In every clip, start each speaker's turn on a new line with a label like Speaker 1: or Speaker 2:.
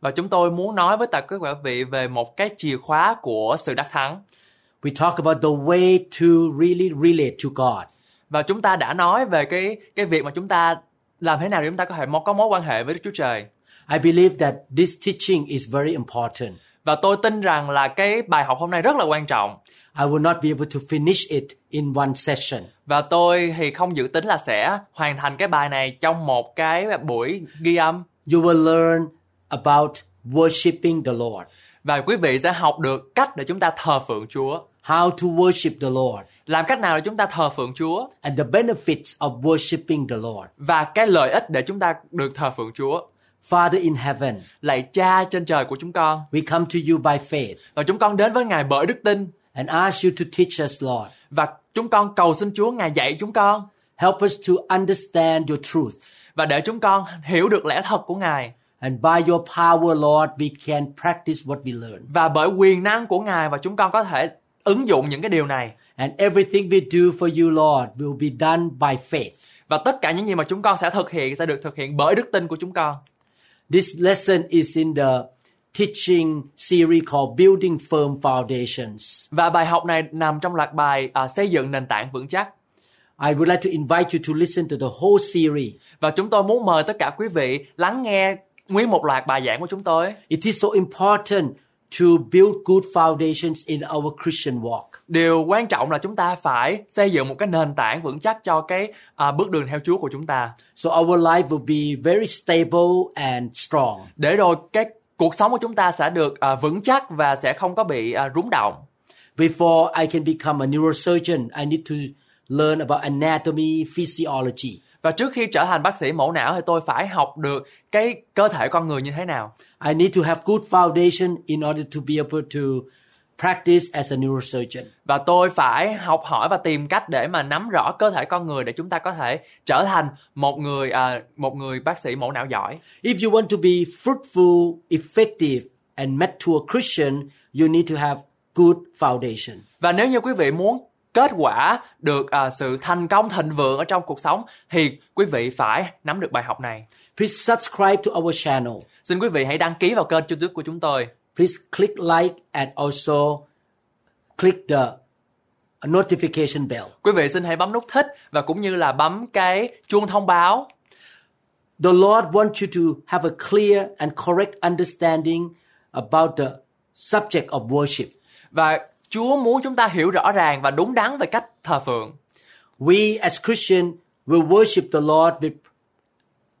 Speaker 1: Và chúng tôi muốn nói với tất cả các vị về một cái chìa khóa của sự đắc thắng.
Speaker 2: We talk about the way to really relate to God.
Speaker 1: Và chúng ta đã nói về cái cái việc mà chúng ta làm thế nào để chúng ta có thể mo- có mối quan hệ với Đức Chúa Trời.
Speaker 2: I believe that this teaching is very important.
Speaker 1: Và tôi tin rằng là cái bài học hôm nay rất là quan trọng.
Speaker 2: I will not be able to finish it in one session.
Speaker 1: Và tôi thì không dự tính là sẽ hoàn thành cái bài này trong một cái buổi ghi âm.
Speaker 2: You will learn about worshiping the Lord,
Speaker 1: Và quý vị sẽ học được cách để chúng ta thờ phượng Chúa.
Speaker 2: how to worship the Lord,
Speaker 1: Làm cách nào để chúng ta thờ phượng Chúa
Speaker 2: and the benefits of worshiping the Lord.
Speaker 1: và cái lợi ích để chúng ta được thờ phượng Chúa.
Speaker 2: Father in heaven,
Speaker 1: Lạy Cha trên trời của chúng con
Speaker 2: we come to you by faith
Speaker 1: và chúng con đến với Ngài bởi đức tin
Speaker 2: and ask you to teach us, Lord.
Speaker 1: và chúng con cầu xin Chúa Ngài dạy chúng con
Speaker 2: Help us to understand your truth.
Speaker 1: và để chúng con hiểu được lẽ thật của Ngài
Speaker 2: And by your power, Lord, we can practice what we learn.
Speaker 1: và bởi quyền năng của Ngài và chúng con có thể ứng dụng những cái điều này
Speaker 2: And everything we do for you, Lord, will be done by faith.
Speaker 1: và tất cả những gì mà chúng con sẽ thực hiện sẽ được thực hiện bởi đức tin của chúng con
Speaker 2: This lesson is in the teaching series called Building Firm Foundations.
Speaker 1: và bài học này nằm trong loạt bài à, xây dựng nền tảng vững chắc
Speaker 2: I would like to invite you to listen to the whole series.
Speaker 1: và chúng tôi muốn mời tất cả quý vị lắng nghe nguyên một loạt bài giảng của chúng tôi
Speaker 2: It is so important to build good foundations in our Christian walk.
Speaker 1: điều quan trọng là chúng ta phải xây dựng một cái nền tảng vững chắc cho cái à, bước đường theo Chúa của chúng ta
Speaker 2: So our life will be very stable and strong.
Speaker 1: để rồi cái cuộc sống của chúng ta sẽ được à, vững chắc và sẽ không có bị à, rúng động
Speaker 2: Before I can become a neurosurgeon, I need to learn about anatomy, physiology.
Speaker 1: và trước khi trở thành bác sĩ mổ não thì tôi phải học được cái cơ thể con người như thế nào
Speaker 2: I need to have good foundation in order to be able to practice as a neurosurgeon.
Speaker 1: và tôi phải học hỏi và tìm cách để mà nắm rõ cơ thể con người để chúng ta có thể trở thành một người à, một người bác sĩ mổ não giỏi
Speaker 2: If you want to be fruitful, effective, and mature Christian, you need to have good foundation.
Speaker 1: và nếu như quý vị muốn kết quả được à, sự thành công thịnh vượng ở trong cuộc sống thì quý vị phải nắm được bài học này
Speaker 2: Please subscribe to our channel.
Speaker 1: xin quý vị hãy đăng ký vào kênh youtube của chúng tôi
Speaker 2: Please click like and also click the notification bell.
Speaker 1: Quý vị xin hãy bấm nút thích và cũng như là bấm cái chuông thông báo.
Speaker 2: The Lord wants you to have a clear and correct understanding about the subject of worship.
Speaker 1: Và Chúa muốn chúng ta hiểu rõ ràng và đúng đắn về cách thờ phượng.
Speaker 2: We as Christian will worship the Lord with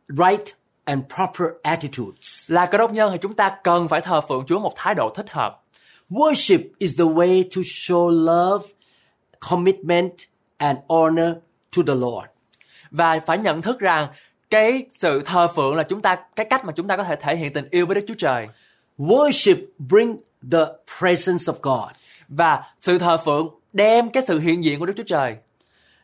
Speaker 2: right and proper attitudes.
Speaker 1: Là cơ đốc nhân thì chúng ta cần phải thờ phượng Chúa một thái độ thích hợp.
Speaker 2: Worship is the way to show love, commitment, and honor to the Lord.
Speaker 1: Và phải nhận thức rằng cái sự thờ phượng là chúng ta cái cách mà chúng ta có thể thể hiện tình yêu với Đức Chúa Trời.
Speaker 2: Worship bring the presence of God.
Speaker 1: Và sự thờ phượng đem cái sự hiện diện của Đức Chúa Trời.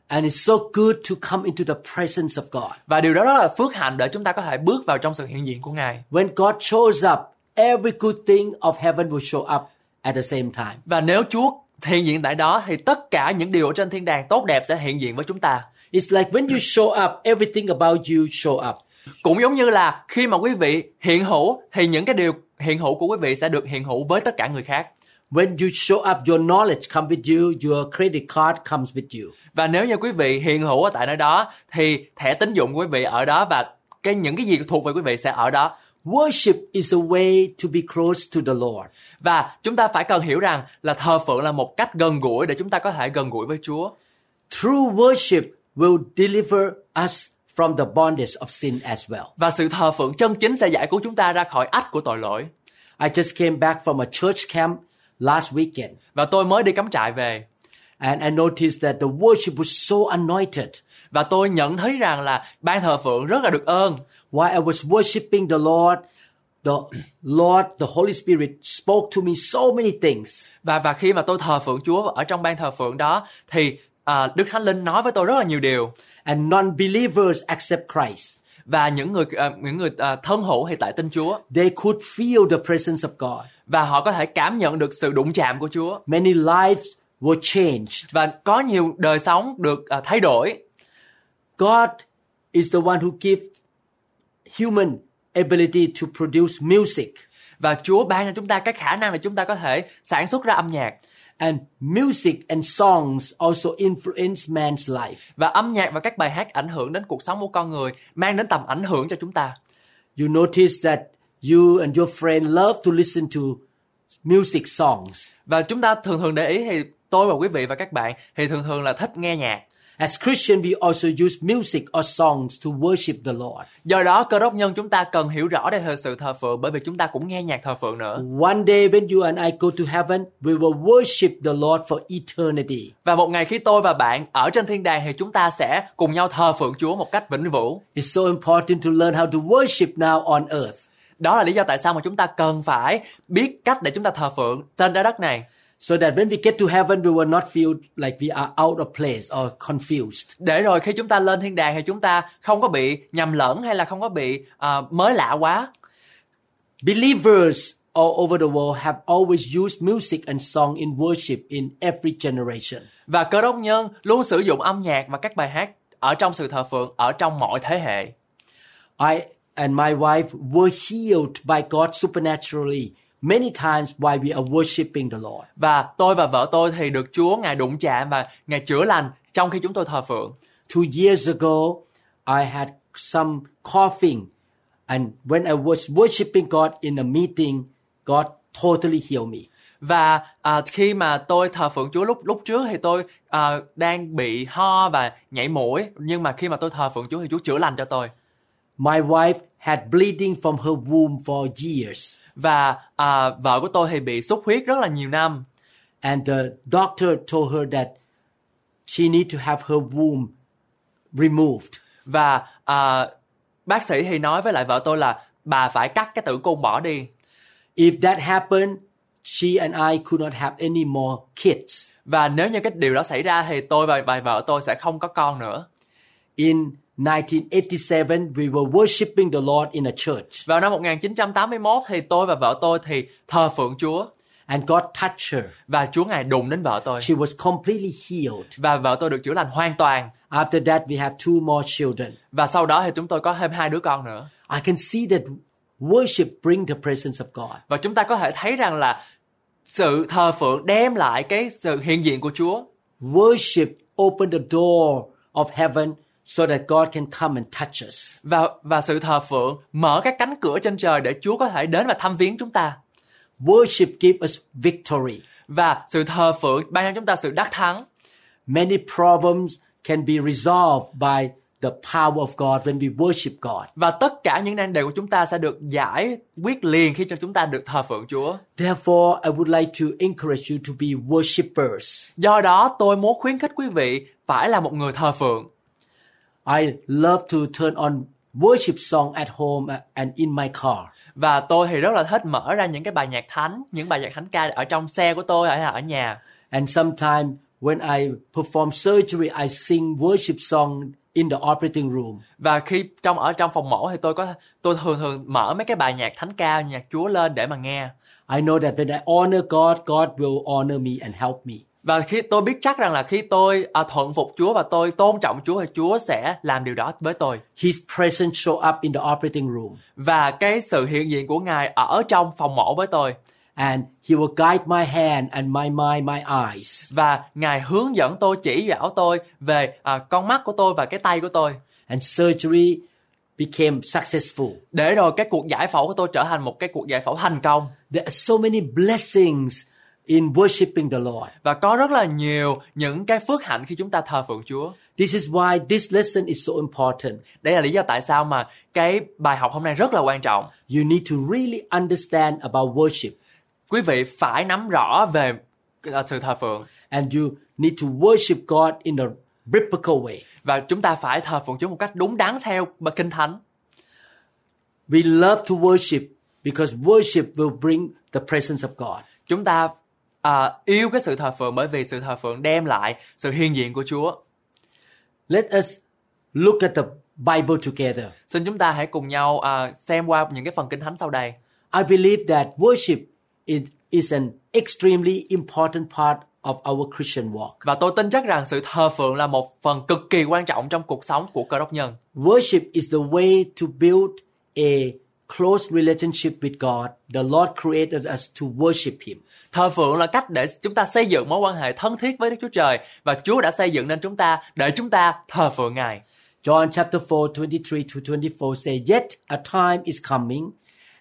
Speaker 2: And it's so good to come into the presence of God.
Speaker 1: Và điều đó rất là phước hạnh để chúng ta có thể bước vào trong sự hiện diện của Ngài.
Speaker 2: When God shows up, every good thing of heaven will show up at the same time.
Speaker 1: Và nếu Chúa hiện diện tại đó thì tất cả những điều ở trên thiên đàng tốt đẹp sẽ hiện diện với chúng ta.
Speaker 2: It's like when you show up, everything about you show up.
Speaker 1: cũng giống như là khi mà quý vị hiện hữu thì những cái điều hiện hữu của quý vị sẽ được hiện hữu với tất cả người khác
Speaker 2: When you show up, your knowledge comes with you, your credit card comes with you.
Speaker 1: và nếu như quý vị hiện hữu ở tại nơi đó thì thẻ tín dụng của quý vị ở đó và cái những cái gì thuộc về quý vị sẽ ở đó
Speaker 2: Worship is a way to be close to the Lord.
Speaker 1: và chúng ta phải cần hiểu rằng là thờ phượng là một cách gần gũi để chúng ta có thể gần gũi với Chúa
Speaker 2: True worship will deliver us from the bondage of sin as well.
Speaker 1: và sự thờ phượng chân chính sẽ giải cứu chúng ta ra khỏi ách của tội lỗi
Speaker 2: I just came back from a church camp last weekend
Speaker 1: và tôi mới đi cắm trại về
Speaker 2: and I noticed that the worship was so anointed.
Speaker 1: và tôi nhận thấy rằng là ban thờ phượng rất là được ơn
Speaker 2: While I was worshiping the Lord, the Lord, the Holy Spirit spoke to me so many things.
Speaker 1: và và khi mà tôi thờ phượng Chúa ở trong ban thờ phượng đó thì à, Đức Thánh Linh nói với tôi rất là nhiều điều
Speaker 2: And non-believers accept Christ.
Speaker 1: và những người à, những người à, thân hữu thì tại tin Chúa
Speaker 2: They could feel the presence of God.
Speaker 1: và họ có thể cảm nhận được sự đụng chạm của Chúa
Speaker 2: Many lives were changed.
Speaker 1: và có nhiều đời sống được à, thay đổi
Speaker 2: God is the one who gives human ability to produce music.
Speaker 1: và Chúa ban cho chúng ta cái khả năng để chúng ta có thể sản xuất ra âm nhạc
Speaker 2: And music and songs also influence man's life.
Speaker 1: và âm nhạc và các bài hát ảnh hưởng đến cuộc sống của con người mang đến tầm ảnh hưởng cho chúng ta
Speaker 2: You notice that you and your friend love to listen to music songs.
Speaker 1: và chúng ta thường thường để ý thì tôi và quý vị và các bạn thì thường thường là thích nghe nhạc
Speaker 2: As Christian, we also use music or songs to worship the Lord.
Speaker 1: do đó cơ đốc nhân chúng ta cần hiểu rõ về sự thờ phượng bởi vì chúng ta cũng nghe nhạc thờ phượng nữa
Speaker 2: One day when you and I go to heaven, we will worship the Lord for eternity.
Speaker 1: và một ngày khi tôi và bạn ở trên thiên đàng thì chúng ta sẽ cùng nhau thờ phượng Chúa một cách vĩnh viễn
Speaker 2: It's so important to learn how to worship now on earth.
Speaker 1: đó là lý do tại sao mà chúng ta cần phải biết cách để chúng ta thờ phượng trên trái đất này
Speaker 2: So that when we get to heaven, we will not feel like we are out of place or confused.
Speaker 1: để rồi khi chúng ta lên thiên đàng thì chúng ta không có bị nhầm lẫn hay là không có bị à, mới lạ quá
Speaker 2: Believers all over the world have always used music and song in worship in every generation.
Speaker 1: và cơ đốc nhân luôn sử dụng âm nhạc và các bài hát ở trong sự thờ phượng ở trong mọi thế hệ
Speaker 2: I and my wife were healed by God supernaturally many times while we are worshiping the Lord.
Speaker 1: và tôi và vợ tôi thì được Chúa ngài đụng chạm và ngài chữa lành trong khi chúng tôi thờ phượng
Speaker 2: Two years ago, I had some coughing, and when I was worshiping God in a meeting, God totally healed me.
Speaker 1: và à, khi mà tôi thờ phượng Chúa lúc lúc trước thì tôi à, đang bị ho và nhảy mũi nhưng mà khi mà tôi thờ phượng Chúa thì Chúa chữa lành cho tôi
Speaker 2: My wife had bleeding from her womb for years,
Speaker 1: và à, vợ của tôi thì bị xuất huyết rất là nhiều năm
Speaker 2: and the doctor told her that she need to have her womb removed.
Speaker 1: và à, bác sĩ thì nói với lại vợ tôi là bà phải cắt cái tử cung bỏ đi
Speaker 2: If that happened, she and I could not have any more kids.
Speaker 1: và nếu như cái điều đó xảy ra thì tôi và bà vợ tôi sẽ không có con nữa
Speaker 2: In 1987, we were worshiping the Lord in a church,
Speaker 1: vào năm 1981 thì tôi và vợ tôi thì thờ phượng Chúa
Speaker 2: and God touched her.
Speaker 1: và Chúa ngài đụng đến vợ tôi
Speaker 2: She was completely healed.
Speaker 1: và vợ tôi được chữa lành hoàn toàn
Speaker 2: After that, we have two more children.
Speaker 1: và sau đó thì chúng tôi có thêm hai đứa con nữa
Speaker 2: I can see that worship bring the presence of God.
Speaker 1: và chúng ta có thể thấy rằng là sự thờ phượng đem lại cái sự hiện diện của Chúa
Speaker 2: Worship opened the door of heaven so that God can come and touch us.
Speaker 1: và và sự thờ phượng mở các cánh cửa trên trời để Chúa có thể đến và thăm viếng chúng ta
Speaker 2: Worship give us victory.
Speaker 1: và sự thờ phượng ban cho chúng ta sự đắc thắng
Speaker 2: Many problems can be resolved by the power of God when we worship God.
Speaker 1: và tất cả những nan đề của chúng ta sẽ được giải quyết liền khi cho chúng ta được thờ phượng Chúa.
Speaker 2: Therefore, I would like to encourage you to be worshippers.
Speaker 1: Do đó tôi muốn khuyến khích quý vị phải là một người thờ phượng.
Speaker 2: I love to turn on worship song at home and in my car.
Speaker 1: Và tôi thì rất là thích mở ra những cái bài nhạc thánh, những bài nhạc thánh ca ở trong xe của tôi hay là ở nhà.
Speaker 2: And sometimes when I perform surgery, I sing worship song in the operating room.
Speaker 1: Và khi trong ở trong phòng mổ thì tôi có tôi thường thường mở mấy cái bài nhạc thánh ca, nhạc Chúa lên để mà nghe.
Speaker 2: I know that when I honor God, God will honor me and help me.
Speaker 1: Và khi tôi biết chắc rằng là khi tôi à, thuận phục Chúa và tôi tôn trọng Chúa thì Chúa sẽ làm điều đó với tôi.
Speaker 2: His presence show up in the operating room
Speaker 1: Và cái sự hiện diện của Ngài ở trong phòng mổ với tôi.
Speaker 2: and he will guide my hand and my mind, my eyes.
Speaker 1: và ngài hướng dẫn tôi chỉ bảo tôi về à, con mắt của tôi và cái tay của tôi
Speaker 2: And surgery became successful.
Speaker 1: để rồi cái cuộc giải phẫu của tôi trở thành một cái cuộc giải phẫu thành công
Speaker 2: There are so many blessings in worshiping the Lord.
Speaker 1: và có rất là nhiều những cái phước hạnh khi chúng ta thờ phượng Chúa
Speaker 2: This is why this lesson is so important.
Speaker 1: đây là lý do tại sao mà cái bài học hôm nay rất là quan trọng
Speaker 2: you need to really understand about worship
Speaker 1: quý vị phải nắm rõ về à, sự thờ phượng
Speaker 2: and you need to worship God in a biblical way.
Speaker 1: và chúng ta phải thờ phượng Chúa một cách đúng đắn theo kinh thánh
Speaker 2: We love to worship because worship will bring the presence of God.
Speaker 1: Chúng ta à, yêu cái sự thờ phượng bởi vì sự thờ phượng đem lại sự hiện diện của Chúa.
Speaker 2: Let us look at the Bible together.
Speaker 1: Xin chúng ta hãy cùng nhau à, xem qua những cái phần kinh thánh sau đây.
Speaker 2: I believe that worship is, is an extremely important part of our Christian walk.
Speaker 1: Và tôi tin chắc rằng sự thờ phượng là một phần cực kỳ quan trọng trong cuộc sống của cơ đốc nhân.
Speaker 2: Worship is the way to build a close relationship with God. The Lord created us to worship Him.
Speaker 1: Thờ phượng là cách để chúng ta xây dựng mối quan hệ thân thiết với Đức Chúa Trời và Chúa đã xây dựng nên chúng ta để chúng ta thờ phượng Ngài.
Speaker 2: John chapter 4, 23 to 24 say, Yet a time is coming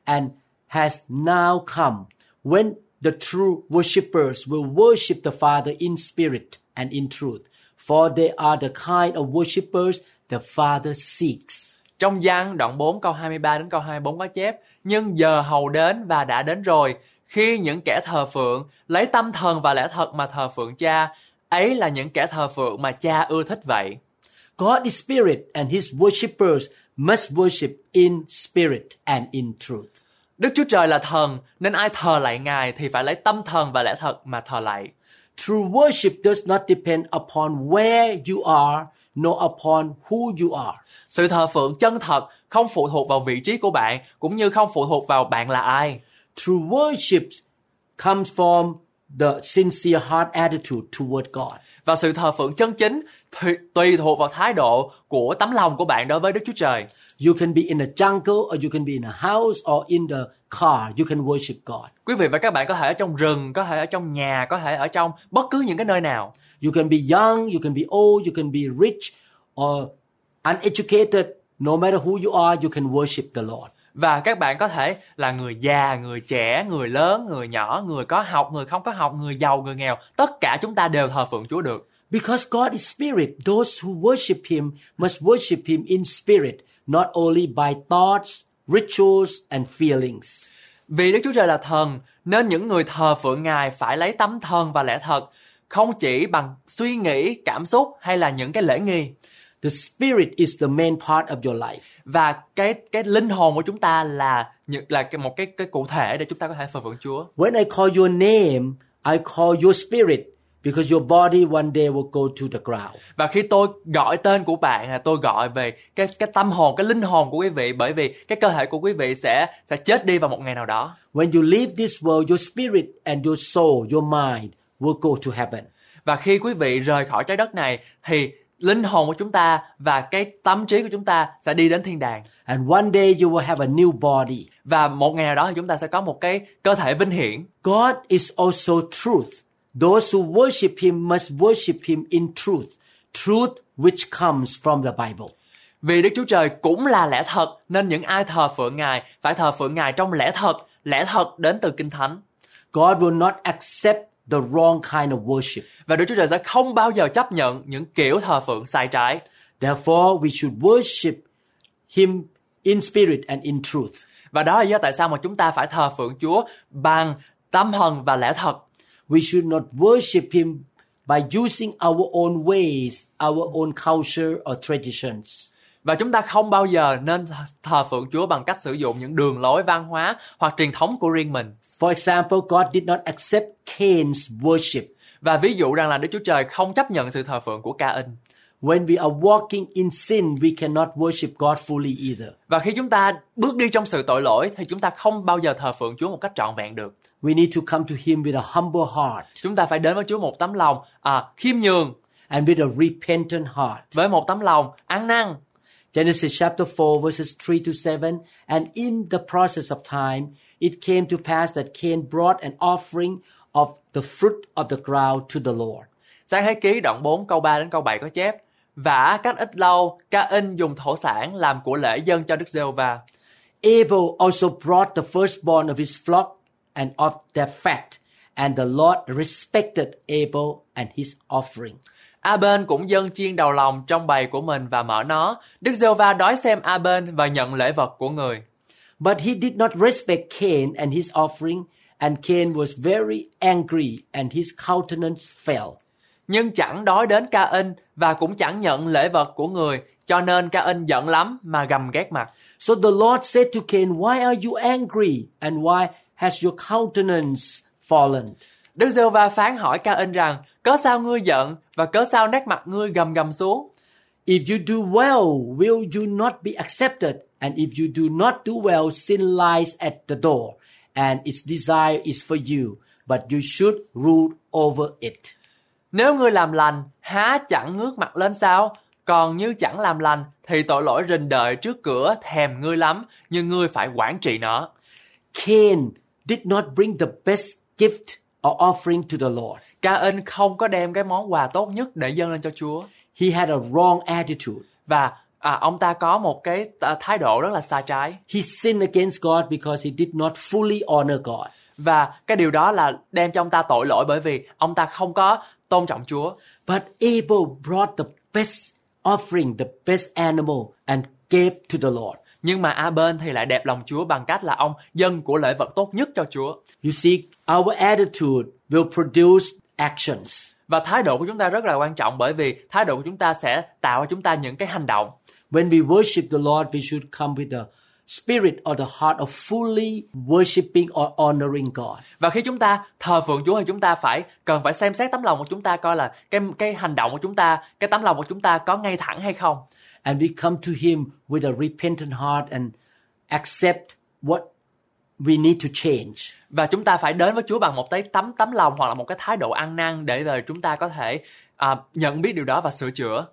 Speaker 2: and has now come when the true worshippers will worship the Father in spirit and in truth, for they are the kind of worshippers the Father seeks.
Speaker 1: Trong gian đoạn 4 câu 23 đến câu 24 có chép Nhưng giờ hầu đến và đã đến rồi Khi những kẻ thờ phượng Lấy tâm thần và lẽ thật mà thờ phượng cha Ấy là những kẻ thờ phượng mà cha ưa thích vậy
Speaker 2: God is spirit and his worshippers must worship in spirit and in truth.
Speaker 1: Đức Chúa Trời là thần Nên ai thờ lại Ngài Thì phải lấy tâm thần và lẽ thật mà thờ lại
Speaker 2: True worship does not depend upon where you are, nor upon who you are.
Speaker 1: Sự thờ phượng chân thật Không phụ thuộc vào vị trí của bạn Cũng như không phụ thuộc vào bạn là ai
Speaker 2: True worship comes from the sincere heart attitude toward God.
Speaker 1: Và sự thờ phượng chân chính thì tùy thuộc vào thái độ của tấm lòng của bạn đối với Đức Chúa Trời.
Speaker 2: You can be in a jungle or you can be in a house or in the car. You can worship God.
Speaker 1: Quý vị và các bạn có thể ở trong rừng, có thể ở trong nhà, có thể ở trong bất cứ những cái nơi nào.
Speaker 2: You can be young, you can be old, you can be rich or uneducated. No matter who you are, you can worship the Lord.
Speaker 1: Và các bạn có thể là người già, người trẻ, người lớn, người nhỏ, người có học, người không có học, người giàu, người nghèo. Tất cả chúng ta đều thờ phượng Chúa được.
Speaker 2: Because God is spirit, those who worship him must worship him in spirit, not only by thoughts, rituals, and feelings.
Speaker 1: Vì Đức Chúa Trời là thần, nên những người thờ phượng Ngài phải lấy tấm thần và lẽ thật, không chỉ bằng suy nghĩ, cảm xúc hay là những cái lễ nghi.
Speaker 2: The spirit is the main part of your life.
Speaker 1: Và cái cái linh hồn của chúng ta là những- là cái- một cái cái cụ thể để chúng ta có thể thờ phượng Chúa.
Speaker 2: When I call your name, I call your spirit because your body one day will go to the ground.
Speaker 1: Và khi tôi gọi tên của bạn là tôi gọi về cái cái tâm hồn, cái linh hồn của quý vị bởi vì cái cơ thể của quý vị sẽ sẽ chết đi vào một ngày nào đó.
Speaker 2: When you leave this world, your spirit and your soul, your mind will go to heaven.
Speaker 1: Và khi quý vị rời khỏi trái đất này thì linh hồn của chúng ta và cái tâm trí của chúng ta sẽ đi đến thiên đàng.
Speaker 2: And one day you will have a new body.
Speaker 1: Và một ngày nào đó thì chúng ta sẽ có một cái cơ thể vinh hiển.
Speaker 2: God is also truth. Those who worship him must worship him in truth, truth which comes from the Bible.
Speaker 1: Vì Đức Chúa Trời cũng là lẽ thật nên những ai thờ phượng Ngài phải thờ phượng Ngài trong lẽ thật, lẽ thật đến từ Kinh Thánh.
Speaker 2: God will not accept the wrong kind of worship.
Speaker 1: Và Đức Chúa Trời sẽ không bao giờ chấp nhận những kiểu thờ phượng sai trái.
Speaker 2: Therefore, we should worship him in spirit and in truth.
Speaker 1: Và đó là lý do tại sao mà chúng ta phải thờ phượng Chúa bằng tâm hồn và lẽ thật.
Speaker 2: We should not worship him by using our own ways, our own culture or traditions.
Speaker 1: Và chúng ta không bao giờ nên thờ phượng Chúa bằng cách sử dụng những đường lối văn hóa hoặc truyền thống của riêng mình.
Speaker 2: For example, God did not accept Cain's worship.
Speaker 1: Và ví dụ rằng là Đức Chúa Trời không chấp nhận sự thờ phượng của Ca-in.
Speaker 2: When we are walking in sin, we cannot worship God fully either.
Speaker 1: Và khi chúng ta bước đi trong sự tội lỗi thì chúng ta không bao giờ thờ phượng Chúa một cách trọn vẹn được.
Speaker 2: We need to come to Him with a humble heart
Speaker 1: Chúng ta phải đến với Chúa một tấm lòng à, khiêm nhường,
Speaker 2: and with a repentant heart.
Speaker 1: với một tấm lòng ăn năn.
Speaker 2: Genesis chapter 4, verses 3 to 7. And in the process of time, it came to pass that Cain brought an offering of the fruit of the ground to the Lord.
Speaker 1: Sáng thế ký đoạn 4 câu 3 đến câu 7 có chép Vả cách ít lâu, ca in dùng thổ sản làm của lễ dân cho Đức giê va
Speaker 2: Abel also brought the firstborn of his flock and of their fat. And the Lord respected Abel and his offering.
Speaker 1: a bên cũng dâng chiên đầu lòng trong bầy của mình và mở nó. Đức giê va đói xem a bên và nhận lễ vật của người.
Speaker 2: But he did not respect Cain and his offering, and Cain was very angry, and his countenance fell.
Speaker 1: Nhưng chẳng đói đến ca in và cũng chẳng nhận lễ vật của người, cho nên Cain giận lắm mà gầm ghét mặt.
Speaker 2: So the Lord said to Cain, Why are you angry? And why has your countenance fallen?
Speaker 1: Đức giê va phán hỏi Cain rằng, cớ sao ngươi giận và cớ sao nét mặt ngươi gầm gầm xuống?
Speaker 2: If you do well, will you not be accepted? And if you do not do well, sin lies at the door, and its desire is for you, but you should rule over it.
Speaker 1: Nếu ngươi làm lành, há chẳng ngước mặt lên sao? Còn như chẳng làm lành, thì tội lỗi rình đợi trước cửa thèm ngươi lắm, nhưng ngươi phải quản trị nó.
Speaker 2: Cain did not bring the best gift or offering to the Lord.
Speaker 1: Cain không có đem cái món quà tốt nhất để dâng lên cho Chúa.
Speaker 2: He had a wrong attitude.
Speaker 1: Và à, ông ta có một cái à, thái độ rất là sai trái.
Speaker 2: He sinned against God because he did not fully honor God.
Speaker 1: Và cái điều đó là đem cho ông ta tội lỗi bởi vì ông ta không có tôn trọng Chúa.
Speaker 2: But Abel brought the best offering, the best animal, and gave to the Lord.
Speaker 1: Nhưng mà A bên thì lại đẹp lòng Chúa bằng cách là ông dân của lễ vật tốt nhất cho Chúa.
Speaker 2: You see, our attitude will produce actions.
Speaker 1: Và thái độ của chúng ta rất là quan trọng bởi vì thái độ của chúng ta sẽ tạo cho chúng ta những cái hành động.
Speaker 2: When we worship the Lord, we should come with the spirit or the heart of fully worshiping or honoring God.
Speaker 1: Và khi chúng ta thờ phượng Chúa thì chúng ta phải cần phải xem xét tấm lòng của chúng ta coi là cái cái hành động của chúng ta, cái tấm lòng của chúng ta có ngay thẳng hay không.
Speaker 2: And we come to Him with a repentant heart and accept what we need to change.
Speaker 1: Và chúng ta phải đến với Chúa bằng một cái tấm tấm lòng hoặc là một cái thái độ ăn năn để rồi chúng ta có thể à, nhận biết điều đó và sửa chữa.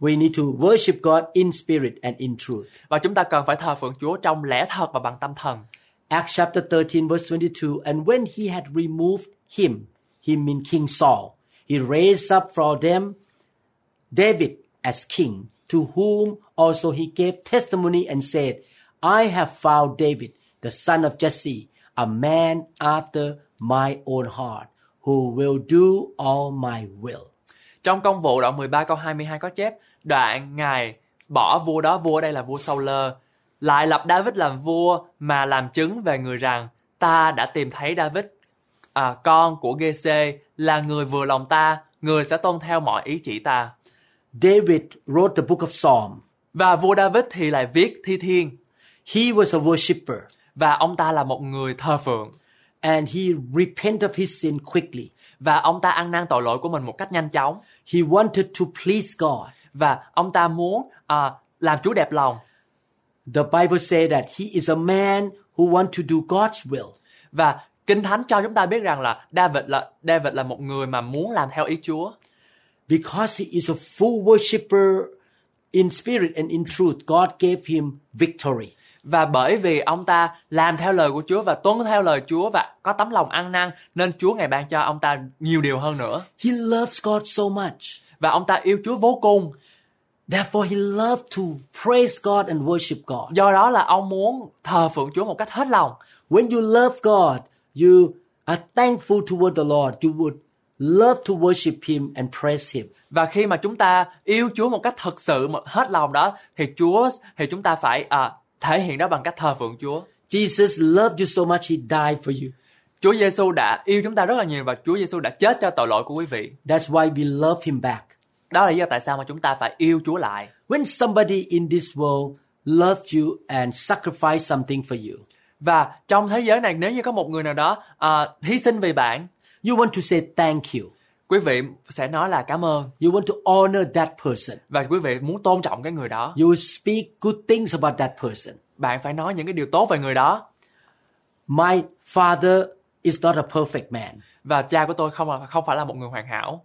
Speaker 2: We need to worship God in spirit and in truth.
Speaker 1: Và chúng ta cần phải thờ phượng Chúa trong lẽ thật và bằng tâm thần.
Speaker 2: Acts chapter 13, verse 22 And when he had removed him, him mean King Saul, he raised up for them David as king, to whom also he gave testimony and said, I have found David, the son of Jesse, a man after my own heart, who will do all my will.
Speaker 1: Trong công vụ đoạn 13 câu 22 có chép, đoạn ngài bỏ vua đó vua đây là vua Saul lơ lại lập David làm vua mà làm chứng về người rằng ta đã tìm thấy David à, con của GC là người vừa lòng ta người sẽ tuân theo mọi ý chỉ ta
Speaker 2: David wrote the book of Psalm.
Speaker 1: và vua David thì lại viết thi thiên
Speaker 2: He was a worshipper
Speaker 1: và ông ta là một người thờ phượng
Speaker 2: and he repented of his sin quickly.
Speaker 1: và ông ta ăn năn tội lỗi của mình một cách nhanh chóng
Speaker 2: He wanted to please God.
Speaker 1: và ông ta muốn à, làm Chúa đẹp lòng
Speaker 2: The Bible says that he is a man who wants to do God's will.
Speaker 1: và Kinh Thánh cho chúng ta biết rằng là David là David là một người mà muốn làm theo ý Chúa
Speaker 2: Because he is a full worshipper in spirit and in truth, God gave him victory.
Speaker 1: Và bởi vì ông ta làm theo lời của Chúa và tuân theo lời Chúa và có tấm lòng ăn năn nên Chúa ngày ban cho ông ta nhiều điều hơn nữa.
Speaker 2: He loves God so much.
Speaker 1: Và ông ta yêu Chúa vô cùng.
Speaker 2: Therefore, he loved to praise God and worship God.
Speaker 1: Do đó là ông muốn thờ phượng Chúa một cách hết lòng.
Speaker 2: When you love God, you are thankful toward the Lord. You would love to worship him and praise him.
Speaker 1: Và khi mà chúng ta yêu Chúa một cách thật sự mà hết lòng đó thì Chúa thì chúng ta phải à, thể hiện đó bằng cách thờ phượng Chúa.
Speaker 2: Jesus loved you so much, he died for you.
Speaker 1: Chúa Giêsu đã yêu chúng ta rất là nhiều và Chúa Giêsu đã chết cho tội lỗi của quý vị.
Speaker 2: That's why we love him back.
Speaker 1: Đó là lý do tại sao mà chúng ta phải yêu Chúa lại.
Speaker 2: When somebody in this world loved you and sacrificed something for you,
Speaker 1: Và trong thế giới này nếu như có một người nào đó à, hy sinh vì bạn
Speaker 2: you want to say thank you.
Speaker 1: quý vị sẽ nói là cảm ơn
Speaker 2: You want to honor that person.
Speaker 1: và quý vị muốn tôn trọng cái người đó
Speaker 2: You will speak good things about that person.
Speaker 1: bạn phải nói những cái điều tốt về người đó
Speaker 2: My father is not a perfect man,
Speaker 1: và cha của tôi không là không phải là một người hoàn hảo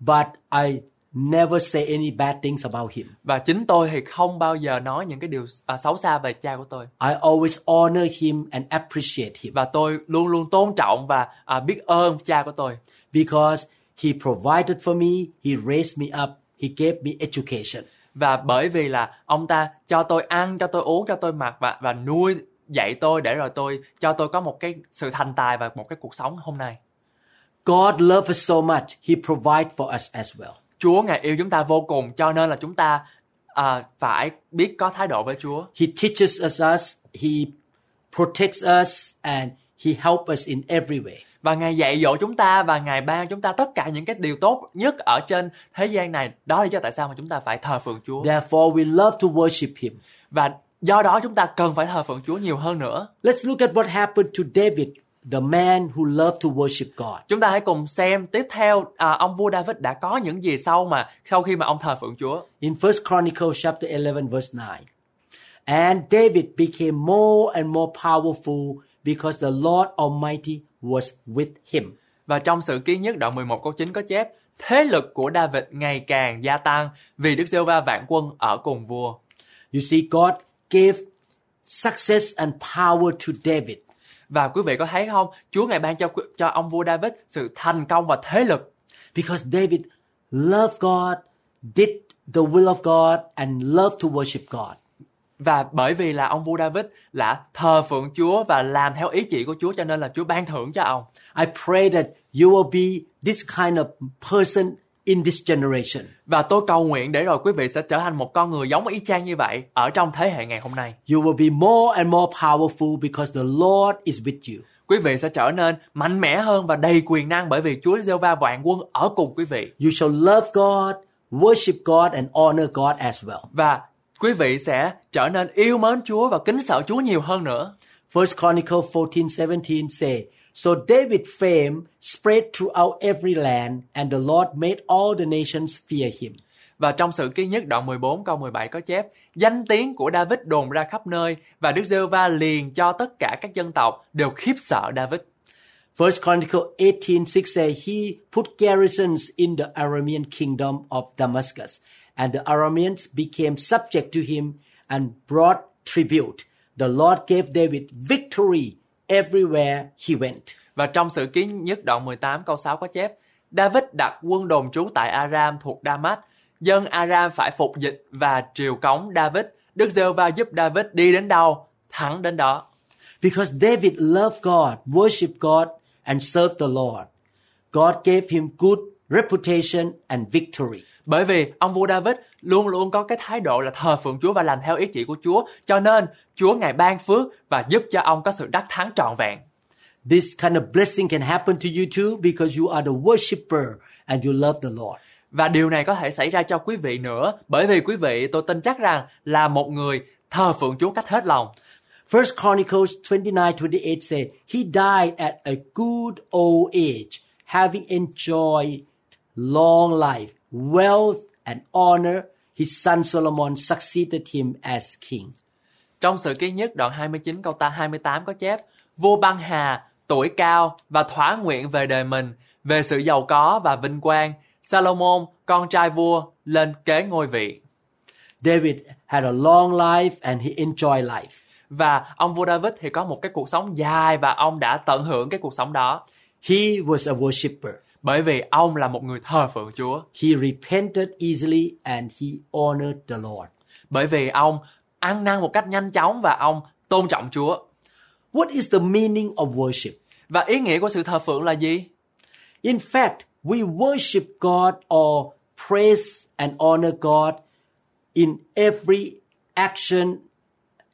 Speaker 2: but I never say any bad things about him.
Speaker 1: và chính tôi thì không bao giờ nói những cái điều à, xấu xa về cha của tôi
Speaker 2: I always honor him and appreciate him
Speaker 1: và tôi luôn luôn tôn trọng và à, biết ơn cha của tôi
Speaker 2: because he provided for me, he raised me up, he gave me education.
Speaker 1: và bởi vì là ông ta cho tôi ăn cho tôi uống cho tôi mặc và và nuôi dạy tôi để rồi tôi cho tôi có một cái sự thành tài và một cái cuộc sống hôm nay
Speaker 2: God loves us so much, he provides for us as well.
Speaker 1: Chúa ngài yêu chúng ta vô cùng cho nên là chúng ta à, phải biết có thái độ với Chúa
Speaker 2: He teaches us, us, He protects us, and He helped us in every way.
Speaker 1: và ngài dạy dỗ chúng ta và ngài ban chúng ta tất cả những cái điều tốt nhất ở trên thế gian này đó là lý do tại sao mà chúng ta phải thờ phượng Chúa
Speaker 2: Therefore, we love to worship him.
Speaker 1: và do đó chúng ta cần phải thờ phượng Chúa nhiều hơn nữa
Speaker 2: Let's look at what happened to David, the man who loved to worship God.
Speaker 1: chúng ta hãy cùng xem tiếp theo à, ông vua David đã có những gì sau mà sau khi mà ông thờ phượng Chúa
Speaker 2: In 1 Chronicles chapter 11 verse 9. And David became more and more powerful because the Lord Almighty was with him.
Speaker 1: Và trong sự ký nhất đoạn 11 câu 9 có chép, thế lực của David ngày càng gia tăng vì Đức giê va vạn quân ở cùng vua.
Speaker 2: You see, God gave success and power to David.
Speaker 1: Và quý vị có thấy không, Chúa ngài ban cho cho ông vua David sự thành công và thế lực
Speaker 2: Because David loved God, did the will of God, and loved to worship God.
Speaker 1: và bởi vì là ông vua David là thờ phượng Chúa và làm theo ý chỉ của Chúa cho nên là Chúa ban thưởng cho ông.
Speaker 2: I pray that you will be this kind of person in this generation.
Speaker 1: Và tôi cầu nguyện để rồi quý vị sẽ trở thành một con người giống y chang như vậy ở trong thế hệ ngày hôm nay.
Speaker 2: You will be more and more powerful because the Lord is with you.
Speaker 1: Quý vị sẽ trở nên mạnh mẽ hơn và đầy quyền năng bởi vì Chúa giê va vạn quân ở cùng quý vị.
Speaker 2: You shall love God, worship God, and honor God as well.
Speaker 1: và quý vị sẽ trở nên yêu mến Chúa và kính sợ Chúa nhiều hơn nữa.
Speaker 2: First Chronicle 14, 17 say, So David's fame spread throughout every land, and the Lord made all the nations fear him.
Speaker 1: Và trong sự ký nhất đoạn 14 câu 17 có chép, danh tiếng của David đồn ra khắp nơi và Đức giê va liền cho tất cả các dân tộc đều khiếp sợ David.
Speaker 2: First Chronicle 18, 6 say, He put garrisons in the Aramean kingdom of Damascus, and the Arameans became subject to him and brought tribute. The Lord gave David victory everywhere he went.
Speaker 1: Và trong sự ký nhất đoạn 18 câu 6 có chép, David đặt quân đồn trú tại Aram thuộc Damas. Dân Aram phải phục dịch và triều cống David. Đức giê va giúp David đi đến đâu, thẳng đến đó.
Speaker 2: Because David loved God, worshiped God, and served the Lord, God gave him good reputation and victory.
Speaker 1: Bởi vì ông vua David luôn luôn có cái thái độ là thờ phượng Chúa và làm theo ý chỉ của Chúa, cho nên Chúa ngài ban phước và giúp cho ông có sự đắc thắng trọn vẹn.
Speaker 2: This kind of blessing can happen to you too because you are the worshipper and you love the Lord.
Speaker 1: Và điều này có thể xảy ra cho quý vị nữa, bởi vì quý vị tôi tin chắc rằng là một người thờ phượng Chúa cách hết lòng.
Speaker 2: First Chronicles 29 28 say, He died at a good old age, having enjoyed long life, wealth, and honor. His son Solomon succeeded him as king.
Speaker 1: Trong sự ký nhất đoạn 29 câu ta 28 có chép, vua băng hà, tuổi cao và thỏa nguyện về đời mình, về sự giàu có và vinh quang, Salomon, con trai vua, lên kế ngôi vị.
Speaker 2: David had a long life and he enjoyed life.
Speaker 1: và ông vua David thì có một cái cuộc sống dài và ông đã tận hưởng cái cuộc sống đó
Speaker 2: He was a worshipper.
Speaker 1: bởi vì ông là một người thờ phượng Chúa
Speaker 2: He repented easily and he honored the Lord.
Speaker 1: bởi vì ông ăn năn một cách nhanh chóng và ông tôn trọng Chúa
Speaker 2: What is the meaning of worship?
Speaker 1: và ý nghĩa của sự thờ phượng là gì
Speaker 2: In fact, we worship God or praise and honor God in every action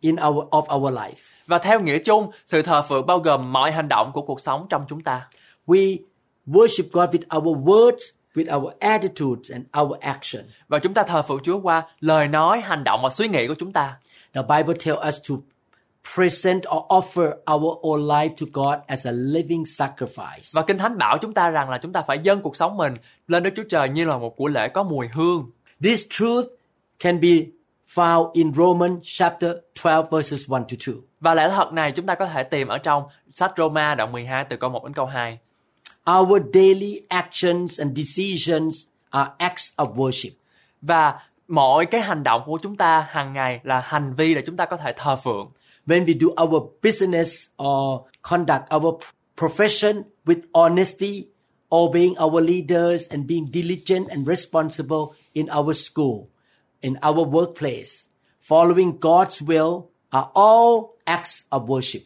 Speaker 2: in our of our life.
Speaker 1: và theo nghĩa chung sự thờ phượng bao gồm mọi hành động của cuộc sống trong chúng ta
Speaker 2: We worship God with our words, with our attitudes and our action.
Speaker 1: và chúng ta thờ phượng Chúa qua lời nói hành động và suy nghĩ của chúng ta
Speaker 2: The Bible tells us to present or offer our own life to God as a living sacrifice.
Speaker 1: và kinh thánh bảo chúng ta rằng là chúng ta phải dâng cuộc sống mình lên Đức Chúa Trời như là một của lễ có mùi hương
Speaker 2: This truth can be found in Romans chapter 12 verses 1 to 2.
Speaker 1: Và lẽ thật này chúng ta có thể tìm ở trong sách Roma đoạn 12 từ câu 1 đến câu 2.
Speaker 2: Our daily actions and decisions are acts of worship.
Speaker 1: Và mọi cái hành động của chúng ta hàng ngày là hành vi để chúng ta có thể thờ phượng.
Speaker 2: When we do our business or conduct our profession with honesty, obeying our leaders and being diligent and responsible in our school, in our workplace, following God's will are all acts of worship.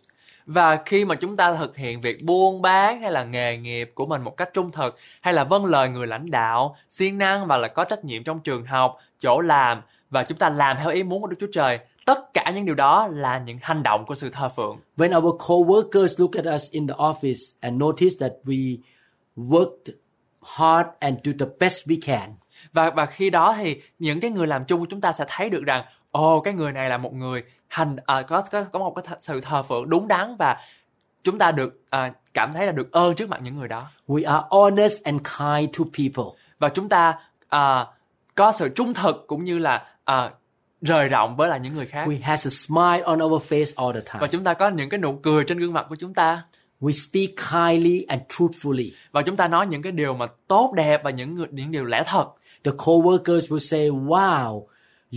Speaker 1: Và khi mà chúng ta thực hiện việc buôn bán hay là nghề nghiệp của mình một cách trung thực hay là vâng lời người lãnh đạo, siêng năng và là có trách nhiệm trong trường học, chỗ làm và chúng ta làm theo ý muốn của Đức Chúa Trời tất cả những điều đó là những hành động của sự thờ phượng
Speaker 2: When our co-workers look at us in the office and notice that we worked hard and do the best we can,
Speaker 1: và và khi đó thì những cái người làm chung của chúng ta sẽ thấy được rằng ồ cái người này là một người hành à, có có có một cái th- sự thờ phượng đúng đắn và chúng ta được à, cảm thấy là được ơn trước mặt những người đó
Speaker 2: we are honest and kind to people.
Speaker 1: và chúng ta à, có sự trung thực cũng như là à, rời rộng với lại những người khác
Speaker 2: We has a smile on our face all the
Speaker 1: và
Speaker 2: time.
Speaker 1: chúng ta có những cái nụ cười trên gương mặt của chúng ta
Speaker 2: We speak kindly and truthfully.
Speaker 1: và chúng ta nói những cái điều mà tốt đẹp và những người- những điều lẽ thật
Speaker 2: The co-workers will say, wow,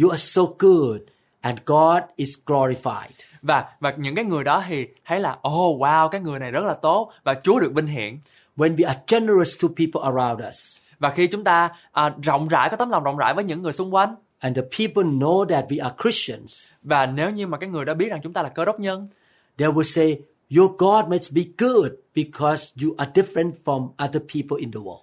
Speaker 2: you are so good and God is glorified.
Speaker 1: và và những cái người đó thì thấy là ồ oh, wow cái người này rất là tốt và Chúa được vinh hiển
Speaker 2: When we are generous to people around us
Speaker 1: và khi chúng ta à, rộng rãi có tấm lòng rộng rãi với những người xung quanh
Speaker 2: and the people know that we are Christians,
Speaker 1: và nếu như mà cái người đó biết rằng chúng ta là cơ đốc nhân
Speaker 2: they will say, your God must be good because you are different from other people in the world.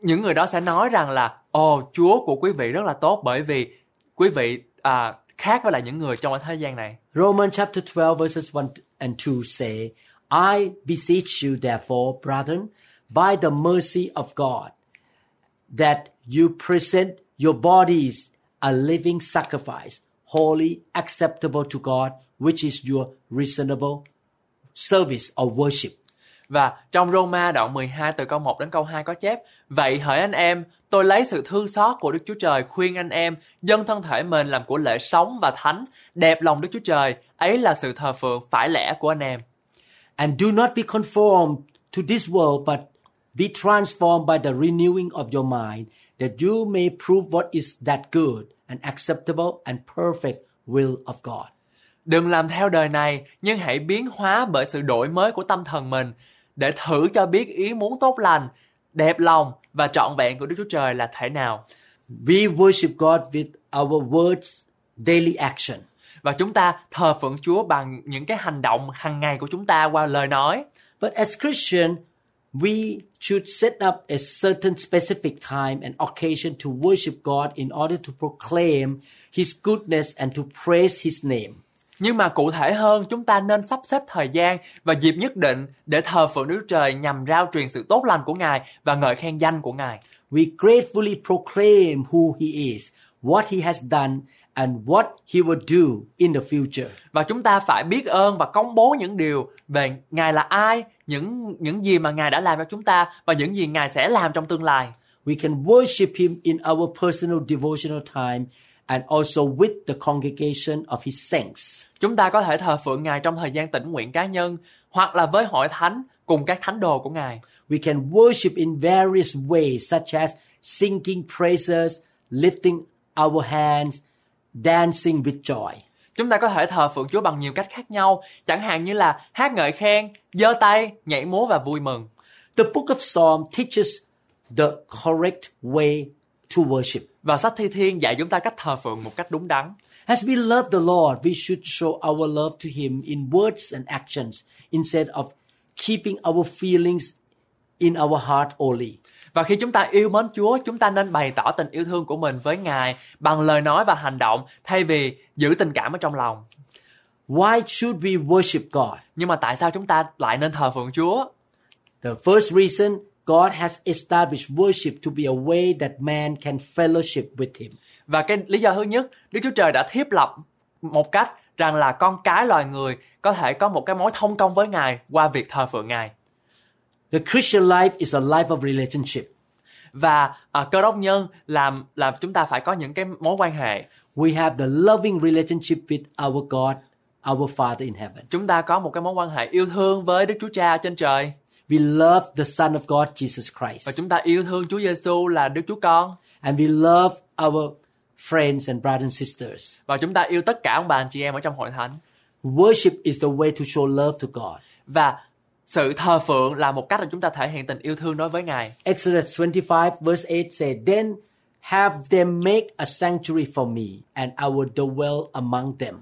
Speaker 1: những người đó sẽ nói rằng là ồ Chúa của quý vị rất là tốt bởi vì quý vị à, khác với lại những người trong thế gian này
Speaker 2: Romans chapter 12 verses 1 and 2 say, I beseech you therefore, brethren, by the mercy of God, that you present your bodies a living sacrifice, holy, acceptable to God, which is your reasonable service or worship.
Speaker 1: Và trong Roma đoạn 12 từ câu 1 đến câu 2 có chép Vậy hỡi anh em, tôi lấy sự thương xót của Đức Chúa Trời khuyên anh em dâng thân thể mình làm của lễ sống và thánh, đẹp lòng Đức Chúa Trời, ấy là sự thờ phượng phải lẽ của anh em.
Speaker 2: And do not be conformed to this world, but be transformed by the renewing of your mind, that you may prove what is that good and acceptable and perfect will of God.
Speaker 1: Đừng làm theo đời này, nhưng hãy biến hóa bởi sự đổi mới của tâm thần mình để thử cho biết ý muốn tốt lành, đẹp lòng và trọn vẹn của Đức Chúa Trời là thể nào.
Speaker 2: We worship God with our words, daily action.
Speaker 1: Và chúng ta thờ phượng Chúa bằng những cái hành động hàng ngày của chúng ta qua lời nói.
Speaker 2: But as Christian, we should set up a certain specific time and occasion to worship God in order to proclaim His goodness and to praise His name.
Speaker 1: Nhưng mà cụ thể hơn, chúng ta nên sắp xếp thời gian và dịp nhất định để thờ phượng Đức Chúa Trời nhằm rao truyền sự tốt lành của Ngài và ngợi khen danh của Ngài.
Speaker 2: We gratefully proclaim who He is, what He has done, and what He will do in the future.
Speaker 1: Và chúng ta phải biết ơn và công bố những điều về Ngài là ai, những những gì mà Ngài đã làm cho chúng ta và những gì Ngài sẽ làm trong tương lai.
Speaker 2: We can worship Him in our personal devotional time and also with the congregation of His saints.
Speaker 1: Chúng ta có thể thờ phượng Ngài trong thời gian tĩnh nguyện cá nhân hoặc là với hội thánh cùng các thánh đồ của Ngài.
Speaker 2: We can worship in various ways, such as singing praises, lifting our hands, dancing with joy.
Speaker 1: Chúng ta có thể thờ phượng Chúa bằng nhiều cách khác nhau, chẳng hạn như là hát ngợi khen, giơ tay, nhảy múa và vui mừng.
Speaker 2: The book of Psalm teaches the correct way to worship.
Speaker 1: Và sách thi thiên dạy chúng ta cách thờ phượng một cách đúng đắn.
Speaker 2: As we love the Lord, we should show our love to Him in words and actions instead of keeping our feelings in our heart only.
Speaker 1: Và khi chúng ta yêu mến Chúa, chúng ta nên bày tỏ tình yêu thương của mình với Ngài bằng lời nói và hành động thay vì giữ tình cảm ở trong lòng.
Speaker 2: Why should we worship God?
Speaker 1: Nhưng mà tại sao chúng ta lại nên thờ phượng Chúa?
Speaker 2: The first reason God has established worship to be a way that man can fellowship with Him.
Speaker 1: Và cái lý do thứ nhất, Đức Chúa Trời đã thiết lập một cách rằng là con cái loài người có thể có một cái mối thông công với Ngài qua việc thờ phượng Ngài.
Speaker 2: The Christian life is a life of relationship.
Speaker 1: Và à, cơ đốc nhân làm làm chúng ta phải có những cái mối quan hệ.
Speaker 2: We have the loving relationship with our God, our Father in heaven.
Speaker 1: Chúng ta có một cái mối quan hệ yêu thương với Đức Chúa Cha trên trời.
Speaker 2: We love the Son of God, Jesus Christ.
Speaker 1: và chúng ta yêu thương Chúa Giêsu là Đức Chúa Con
Speaker 2: and we love our friends and brothers and sisters.
Speaker 1: và chúng ta yêu tất cả ông bà anh chị em ở trong hội thánh
Speaker 2: Worship is the way to show love to God.
Speaker 1: và sự thờ phượng là một cách để chúng ta thể hiện tình yêu thương đối với Ngài.
Speaker 2: Exodus 25 verse 8 said, Then have them make a sanctuary for me, and I will dwell among them.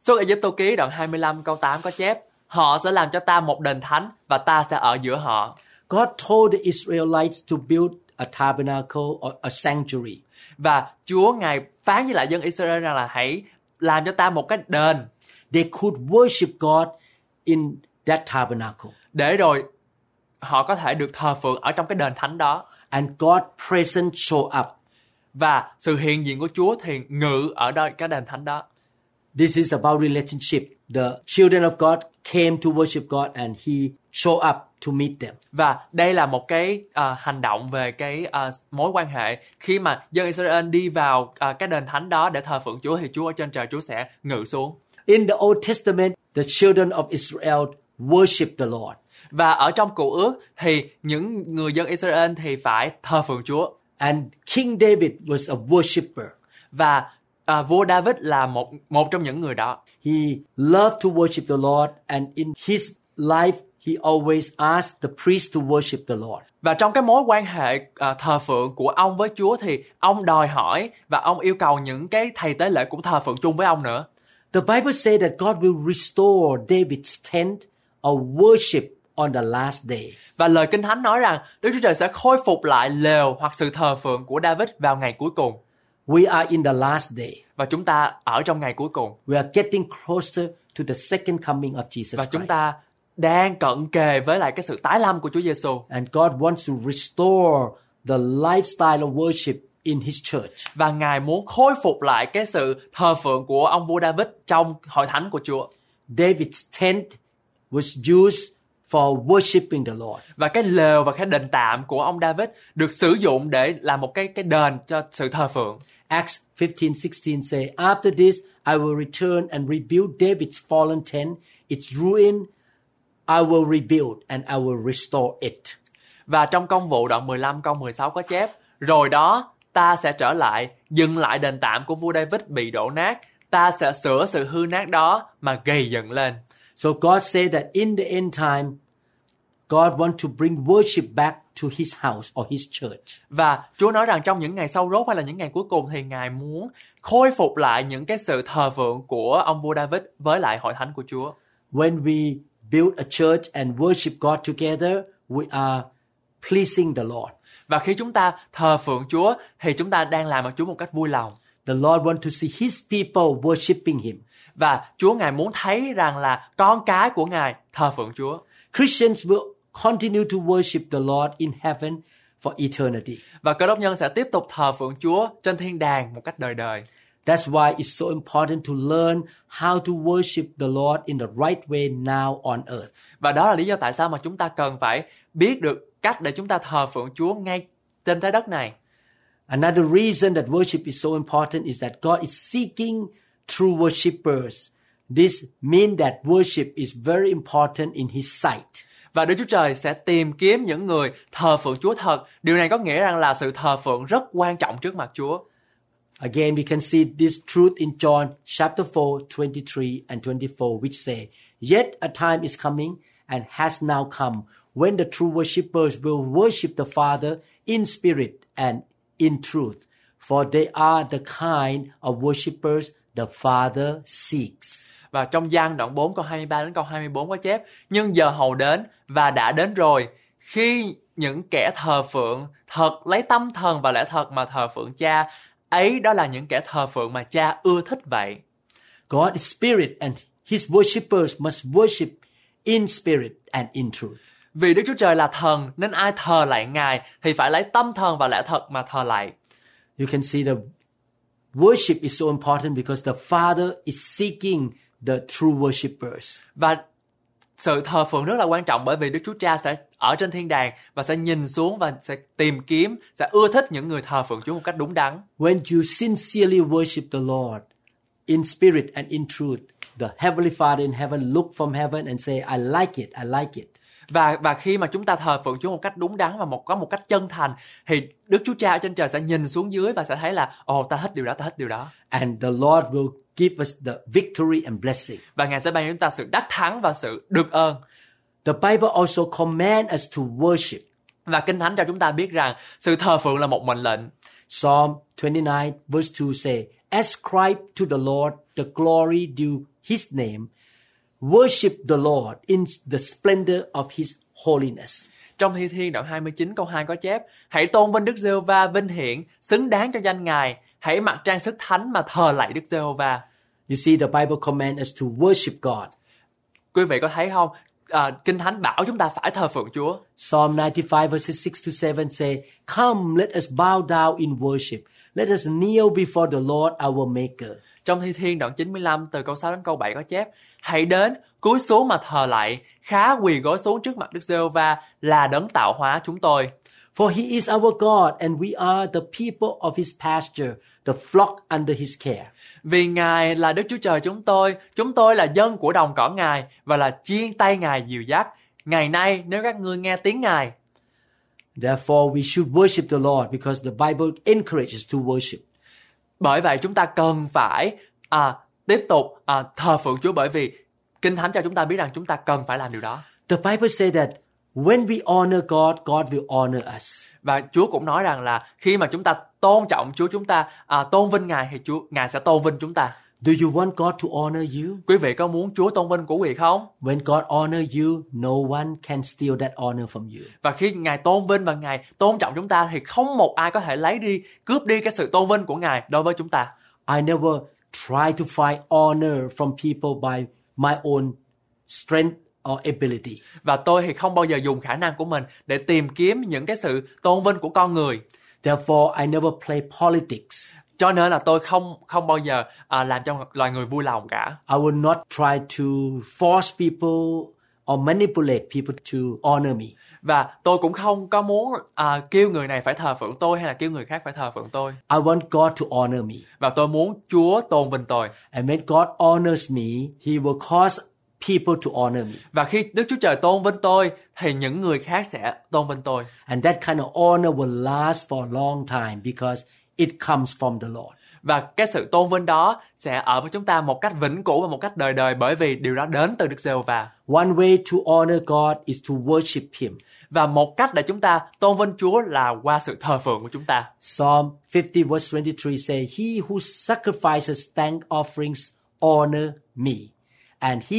Speaker 1: Xuất Ai Cập Tô ký đoạn 25 câu 8 có chép: Họ sẽ làm cho ta một đền thánh và ta sẽ ở giữa họ.
Speaker 2: God told the Israelites to build a tabernacle or a sanctuary.
Speaker 1: Và Chúa Ngài phán với lại dân Israel rằng là hãy làm cho ta một cái đền
Speaker 2: They could worship God in that tabernacle.
Speaker 1: để rồi họ có thể được thờ phượng ở trong cái đền thánh đó
Speaker 2: And God's presence show up.
Speaker 1: và sự hiện diện của Chúa thì ngự ở đây cái đền thánh đó.
Speaker 2: This is about relationship. The children of God came to worship God and he show up to meet them.
Speaker 1: Và đây là một cái à, hành động về cái à, mối quan hệ khi mà dân Israel đi vào à, cái đền thánh đó để thờ phượng Chúa thì Chúa ở trên trời Chúa sẽ ngự xuống.
Speaker 2: In the Old Testament, the children of Israel worship the Lord.
Speaker 1: Và ở trong cựu ước thì những người dân Israel thì phải thờ phượng Chúa
Speaker 2: And King David was a worshiper.
Speaker 1: và à, vua David là một một trong những người đó.
Speaker 2: He loved to worship the Lord and in his life he always asked the priest to worship the Lord.
Speaker 1: Và trong cái mối quan hệ à, thờ phượng của ông với Chúa thì ông đòi hỏi và ông yêu cầu những cái thầy tế lễ cũng thờ phượng chung với ông nữa.
Speaker 2: The Bible says that God will restore David's tent of worship on the last day.
Speaker 1: Và lời Kinh Thánh nói rằng Đức Chúa Trời sẽ khôi phục lại lều hoặc sự thờ phượng của David vào ngày cuối cùng.
Speaker 2: We are in the last day.
Speaker 1: Và chúng ta ở trong ngày cuối cùng.
Speaker 2: We are getting closer to the second coming of Jesus
Speaker 1: Và chúng
Speaker 2: Christ.
Speaker 1: ta đang cận kề với lại cái sự tái lâm của Chúa Giêsu
Speaker 2: And God wants to restore the lifestyle of worship in his church.
Speaker 1: và Ngài muốn khôi phục lại cái sự thờ phượng của ông vua David trong hội thánh của Chúa.
Speaker 2: David's tent was used for worshiping the Lord.
Speaker 1: Và cái lều và cái đền tạm của ông David được sử dụng để làm một cái cái đền cho sự thờ phượng.
Speaker 2: Acts 15, 16 say, After this, I will return and rebuild David's fallen tent. Its ruin I will rebuild and I will restore it.
Speaker 1: Và trong công vụ đoạn 15 câu 16 có chép Rồi đó ta sẽ trở lại Dừng lại đền tạm của vua David bị đổ nát Ta sẽ sửa sự hư nát đó Mà gây dựng lên
Speaker 2: So God said that in the end time, God wants to bring worship back to his house or his church.
Speaker 1: Và Chúa nói rằng trong những ngày sau rốt Hay là những ngày cuối cùng Thì Ngài muốn khôi phục lại những cái sự thờ phượng Của ông vua David với lại hội thánh của Chúa
Speaker 2: When we build a church and worship God together, we are pleasing the Lord.
Speaker 1: Và khi chúng ta thờ phượng Chúa Thì chúng ta đang làm ở Chúa một cách vui lòng
Speaker 2: The Lord wants to see his people worshiping him.
Speaker 1: và Chúa Ngài muốn thấy rằng là con cái của Ngài thờ phượng Chúa.
Speaker 2: Christians will continue to worship the Lord in heaven for eternity.
Speaker 1: Và cơ đốc nhân sẽ tiếp tục thờ phượng Chúa trên thiên đàng một cách đời đời.
Speaker 2: That's why it's so important to learn how to worship the Lord in the right way now on earth.
Speaker 1: Và đó là lý do tại sao mà chúng ta cần phải biết được cách để chúng ta thờ phượng Chúa ngay trên trái đất này.
Speaker 2: Another reason that worship is so important is that God is seeking true worshippers. This means that worship is very important in His sight.
Speaker 1: Và Đức Chúa Trời sẽ tìm kiếm những người thờ phượng Chúa thật. Điều này có nghĩa rằng là sự thờ phượng rất quan trọng trước mặt Chúa.
Speaker 2: Again, we can see this truth in John chapter 4, 23 and 24, which say, Yet a time is coming and has now come when the true worshippers will worship the Father in spirit and in truth, for they are the kind of worshippers the Father seeks.
Speaker 1: Và trong gian đoạn 4 câu 23 đến câu 24 có chép Nhưng giờ hầu đến và đã đến rồi Khi những kẻ thờ phượng thật lấy tâm thần và lẽ thật mà thờ phượng cha Ấy đó là những kẻ thờ phượng mà cha ưa thích vậy
Speaker 2: God is spirit and his worshippers must worship in spirit and in truth.
Speaker 1: Vì Đức Chúa Trời là thần nên ai thờ lại Ngài thì phải lấy tâm thần và lẽ thật mà thờ lại
Speaker 2: You can see the worship is so important because the Father is seeking the true worshippers.
Speaker 1: Và sự thờ phượng rất là quan trọng bởi vì Đức Chúa Cha sẽ ở trên thiên đàng và sẽ nhìn xuống và sẽ tìm kiếm, sẽ ưa thích những người thờ phượng Chúa một cách đúng đắn.
Speaker 2: When you sincerely worship the Lord in spirit and in truth, the heavenly Father in heaven look from heaven and say, "I like it. I like it."
Speaker 1: và và khi mà chúng ta thờ phượng Chúa một cách đúng đắn và một có một cách chân thành thì Đức Chúa Cha ở trên trời sẽ nhìn xuống dưới và sẽ thấy là ồ ta thích điều đó ta thích điều đó
Speaker 2: And the Lord will give us the victory and blessing.
Speaker 1: và ngài sẽ ban cho chúng ta sự đắc thắng và sự được ơn
Speaker 2: The Bible also commands us to worship.
Speaker 1: và kinh thánh cho chúng ta biết rằng sự thờ phượng là một mệnh lệnh
Speaker 2: Psalm 29 verse 2 say, Ascribe to the Lord the glory due his name. Worship the Lord in the splendor of his holiness.
Speaker 1: trong Thi Thiên đoạn 29 câu 2 có chép hãy tôn vinh Đức Giê-hô-va vinh hiển xứng đáng cho danh ngài hãy mặc trang sức thánh mà thờ lạy Đức Giê-hô-va
Speaker 2: You see, the Bible commands us to worship God.
Speaker 1: Quý vị có thấy không? À, Kinh Thánh bảo chúng ta phải thờ phượng Chúa.
Speaker 2: Psalm 95 verses 6 to 7 say, Come, let us bow down in worship. Let us kneel before the Lord our Maker.
Speaker 1: Trong Thi Thiên đoạn 95 từ câu 6 đến câu 7 có chép Hãy đến, cúi xuống mà thờ lại, khá quỳ gối xuống trước mặt Đức giê va là đấng tạo hóa chúng tôi.
Speaker 2: For he is our God, and we are the people of his pasture, the flock under his care.
Speaker 1: Vì Ngài là Đức Chúa Trời chúng tôi, chúng tôi là dân của đồng cỏ Ngài và là chiên tay Ngài dìu dắt. Ngày nay nếu các ngươi nghe tiếng Ngài,
Speaker 2: Therefore, we should worship the Lord because the Bible encourages to worship.
Speaker 1: bởi vậy chúng ta cần phải à, tiếp tục à, thờ phượng Chúa bởi vì Kinh Thánh cho chúng ta biết rằng chúng ta cần phải làm điều đó.
Speaker 2: The Bible says that when we honor God, God will honor us.
Speaker 1: Và Chúa cũng nói rằng là khi mà chúng ta tôn trọng Chúa chúng ta, à, tôn vinh Ngài thì Chúa Ngài sẽ tôn vinh chúng ta.
Speaker 2: Do you want God to honor you?
Speaker 1: Quý vị có muốn Chúa tôn vinh của quý vị không?
Speaker 2: When God honor you, no one can steal that honor from you.
Speaker 1: Và khi Ngài tôn vinh và Ngài tôn trọng chúng ta thì không một ai có thể lấy đi, cướp đi cái sự tôn vinh của Ngài đối với chúng ta.
Speaker 2: I never try to find honor from people by my own strength or ability.
Speaker 1: Và tôi thì không bao giờ dùng khả năng của mình để tìm kiếm những cái sự tôn vinh của con người.
Speaker 2: Therefore, I never play politics.
Speaker 1: Cho nên là tôi không không bao giờ à, làm cho loài người vui lòng cả.
Speaker 2: I will not try to force people or manipulate people to honor me.
Speaker 1: Và tôi cũng không có muốn à, kêu người này phải thờ phượng tôi hay là kêu người khác phải thờ phượng tôi.
Speaker 2: I want God to honor me.
Speaker 1: Và tôi muốn Chúa tôn vinh tôi.
Speaker 2: And when God honors me, He will cause people to honor me.
Speaker 1: Và khi Đức Chúa Trời tôn vinh tôi thì những người khác sẽ tôn vinh tôi.
Speaker 2: And that kind of honor will last for a long time because it comes from the Lord.
Speaker 1: Và cái sự tôn vinh đó sẽ ở với chúng ta một cách vĩnh cửu và một cách đời đời bởi vì điều đó đến từ Đức giê va
Speaker 2: One way to honor God is to worship Him.
Speaker 1: Và một cách để chúng ta tôn vinh Chúa là qua sự thờ phượng của chúng ta.
Speaker 2: Psalm 50 verse 23 say, He who sacrifices thank offerings honor me, and he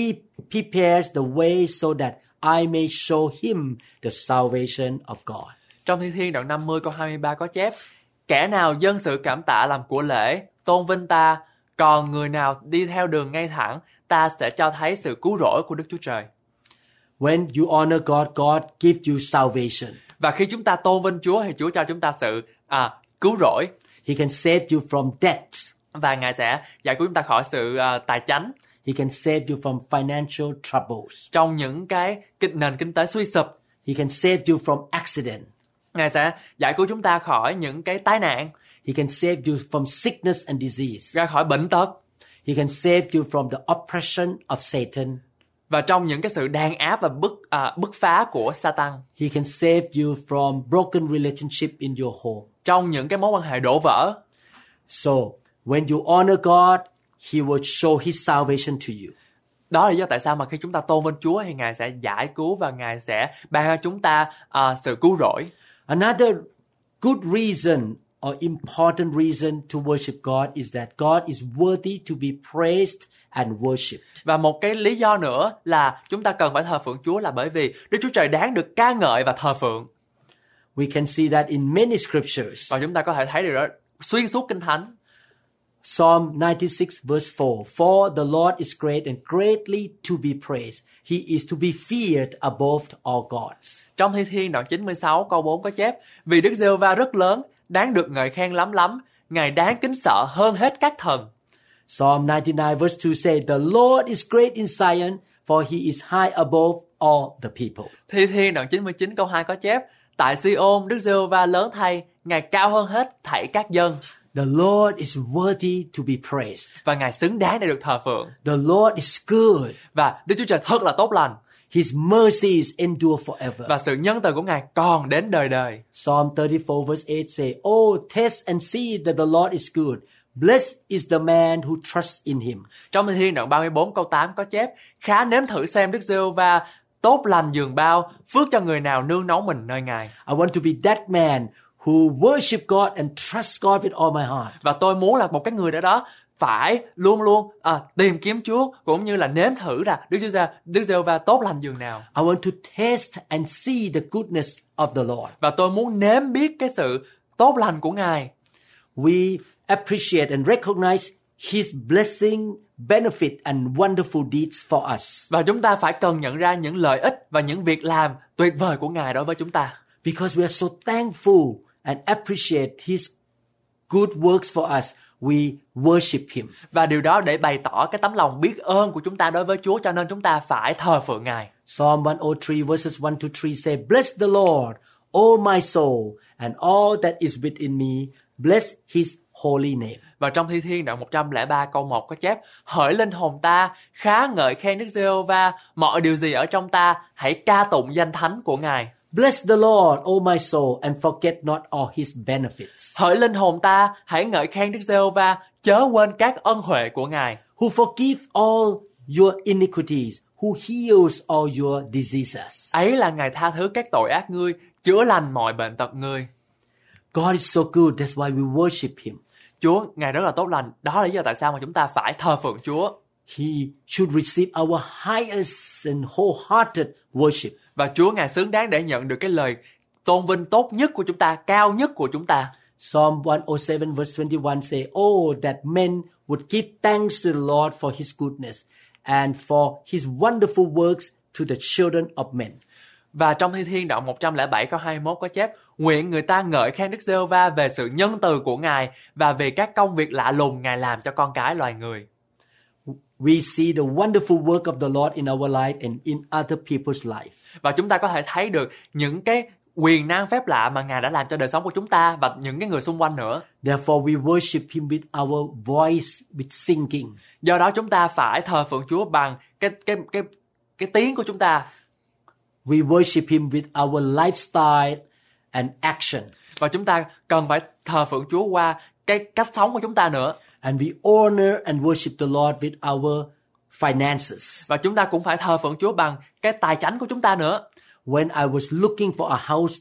Speaker 2: prepares the way so that I may show him the salvation of God.
Speaker 1: Trong Thi Thiên đoạn 50 câu 23 có chép Kẻ nào dân sự cảm tạ làm của lễ, tôn vinh ta, còn người nào đi theo đường ngay thẳng, ta sẽ cho thấy sự cứu rỗi của Đức Chúa Trời.
Speaker 2: When you honor God, God gives you salvation.
Speaker 1: Và khi chúng ta tôn vinh Chúa thì Chúa cho chúng ta sự à, cứu rỗi
Speaker 2: He can save you from debt.
Speaker 1: và Ngài sẽ giải cứu chúng ta khỏi sự à, tài chánh
Speaker 2: He can save you from financial troubles.
Speaker 1: trong những cái kinh, nền kinh tế suy sụp.
Speaker 2: He can save you from accident.
Speaker 1: Ngài sẽ giải cứu chúng ta khỏi những cái tai nạn,
Speaker 2: He can save you from sickness and disease.
Speaker 1: ra khỏi bệnh tật
Speaker 2: He can save you from the oppression of Satan.
Speaker 1: và trong những cái sự đàn áp và bức à, bức phá của Satan,
Speaker 2: He can save you from broken relationship in your home.
Speaker 1: trong những cái mối quan hệ đổ vỡ.
Speaker 2: So when you honor God, He will show His salvation to you.
Speaker 1: Đó là lý do tại sao mà khi chúng ta tôn vinh Chúa thì Ngài sẽ giải cứu và Ngài sẽ ban cho chúng ta à, sự cứu rỗi.
Speaker 2: Another good reason or important reason to worship God is that God is worthy to be praised and worshipped.
Speaker 1: Và một cái lý do nữa là chúng ta cần phải thờ phượng Chúa là bởi vì Đức Chúa Trời đáng được ca ngợi và thờ phượng.
Speaker 2: We can see that in many scriptures.
Speaker 1: Và chúng ta có thể thấy điều đó xuyên suốt Kinh Thánh.
Speaker 2: Psalm 96 verse 4 For the Lord is great and greatly to be praised. He is to be feared above all gods.
Speaker 1: Trong Thi Thiên đoạn 96 câu 4 có chép Vì Đức giê va rất lớn, đáng được ngợi khen lắm lắm, Ngài đáng kính sợ hơn hết các thần.
Speaker 2: Psalm 99 verse 2 say, The Lord is great in Zion, for he is high above all the people.
Speaker 1: Thi Thiên đoạn 99 câu 2 có chép Tại Siôn, Đức giê va lớn thay, Ngài cao hơn hết thảy các dân
Speaker 2: The Lord is worthy to be praised.
Speaker 1: và Ngài xứng đáng để được thờ phượng.
Speaker 2: The Lord is good.
Speaker 1: Và Đức Chúa Trời thật là tốt lành
Speaker 2: His mercies endure forever.
Speaker 1: và sự nhân từ của Ngài còn đến đời đời.
Speaker 2: Psalm 34 verse 8 say, Oh, test and see that the Lord is good. Blessed is the man who trusts in him.
Speaker 1: Trong Thi Thiên đoạn 34 câu 8 có chép Khá nếm thử xem Đức giê va tốt lành dường bao, phước cho người nào nương náu mình nơi Ngài.
Speaker 2: I want to be that man who worship God and trust God with all my heart.
Speaker 1: Và tôi muốn là một cái người đó đó phải luôn luôn à, tìm kiếm Chúa cũng như là nếm thử là Đức Chúa Giê Đức Giê va tốt lành dường nào.
Speaker 2: I want to test and see the goodness of the Lord.
Speaker 1: Và tôi muốn nếm biết cái sự tốt lành của Ngài
Speaker 2: we appreciate and recognize his blessing benefit and wonderful deeds for us
Speaker 1: Và chúng ta phải cần nhận ra những lợi ích và những việc làm tuyệt vời của Ngài đối với chúng ta.
Speaker 2: because we are so thankful and appreciate his good works for us we worship him
Speaker 1: Và điều đó để bày tỏ cái tấm lòng biết ơn của chúng ta đối với Chúa cho nên chúng ta phải thờ phượng Ngài.
Speaker 2: psalm 103 verses 1 to 3 say bless the lord o my soul and all that is within me bless his holy name
Speaker 1: Và trong thi thiên đoạn 103 câu 1 có chép Hỡi linh hồn ta, khá ngợi khen Đức Giê-hô-va, mọi điều gì ở trong ta, hãy ca tụng danh thánh của Ngài.
Speaker 2: bless the lord o my soul and forget not all his benefits
Speaker 1: Hỡi linh hồn ta, hãy ngợi khen Đức Giê-hô-va, chớ quên các ân huệ của Ngài,
Speaker 2: who forgive all your iniquities who heals all your diseases
Speaker 1: ấy là Ngài tha thứ các tội ác ngươi, chữa lành mọi bệnh tật ngươi.
Speaker 2: god is so good that's why we worship him
Speaker 1: Chúa, Ngài rất là tốt lành, đó là lý do tại sao mà chúng ta phải thờ phượng Chúa.
Speaker 2: He should receive our highest and wholehearted worship.
Speaker 1: Và Chúa Ngài xứng đáng để nhận được cái lời tôn vinh tốt nhất của chúng ta, cao nhất của chúng ta.
Speaker 2: Psalm 107 verse 21 say, Oh, that men would give thanks to the Lord for his goodness and for his wonderful works to the children of men.
Speaker 1: Và trong Thi Thiên đoạn 107 câu 21 có chép Nguyện người ta ngợi khen Đức Giê-hô-va về sự nhân từ của Ngài và về các công việc lạ lùng Ngài làm cho con cái loài người.
Speaker 2: We see the wonderful work of the Lord in our life and in other people's life.
Speaker 1: Và chúng ta có thể thấy được những cái quyền năng phép lạ mà Ngài đã làm cho đời sống của chúng ta và những cái người xung quanh nữa.
Speaker 2: Therefore, we worship him with our voice, with singing.
Speaker 1: Do đó chúng ta phải thờ phượng Chúa bằng cái cái cái cái tiếng của chúng ta
Speaker 2: We worship him with our lifestyle and action.
Speaker 1: và chúng ta cần phải thờ phượng Chúa qua cái cách sống của chúng ta nữa
Speaker 2: and we honor and worship the Lord with our finances.
Speaker 1: và chúng ta cũng phải thờ phượng Chúa bằng cái tài chánh của chúng ta nữa.
Speaker 2: When I was looking for a house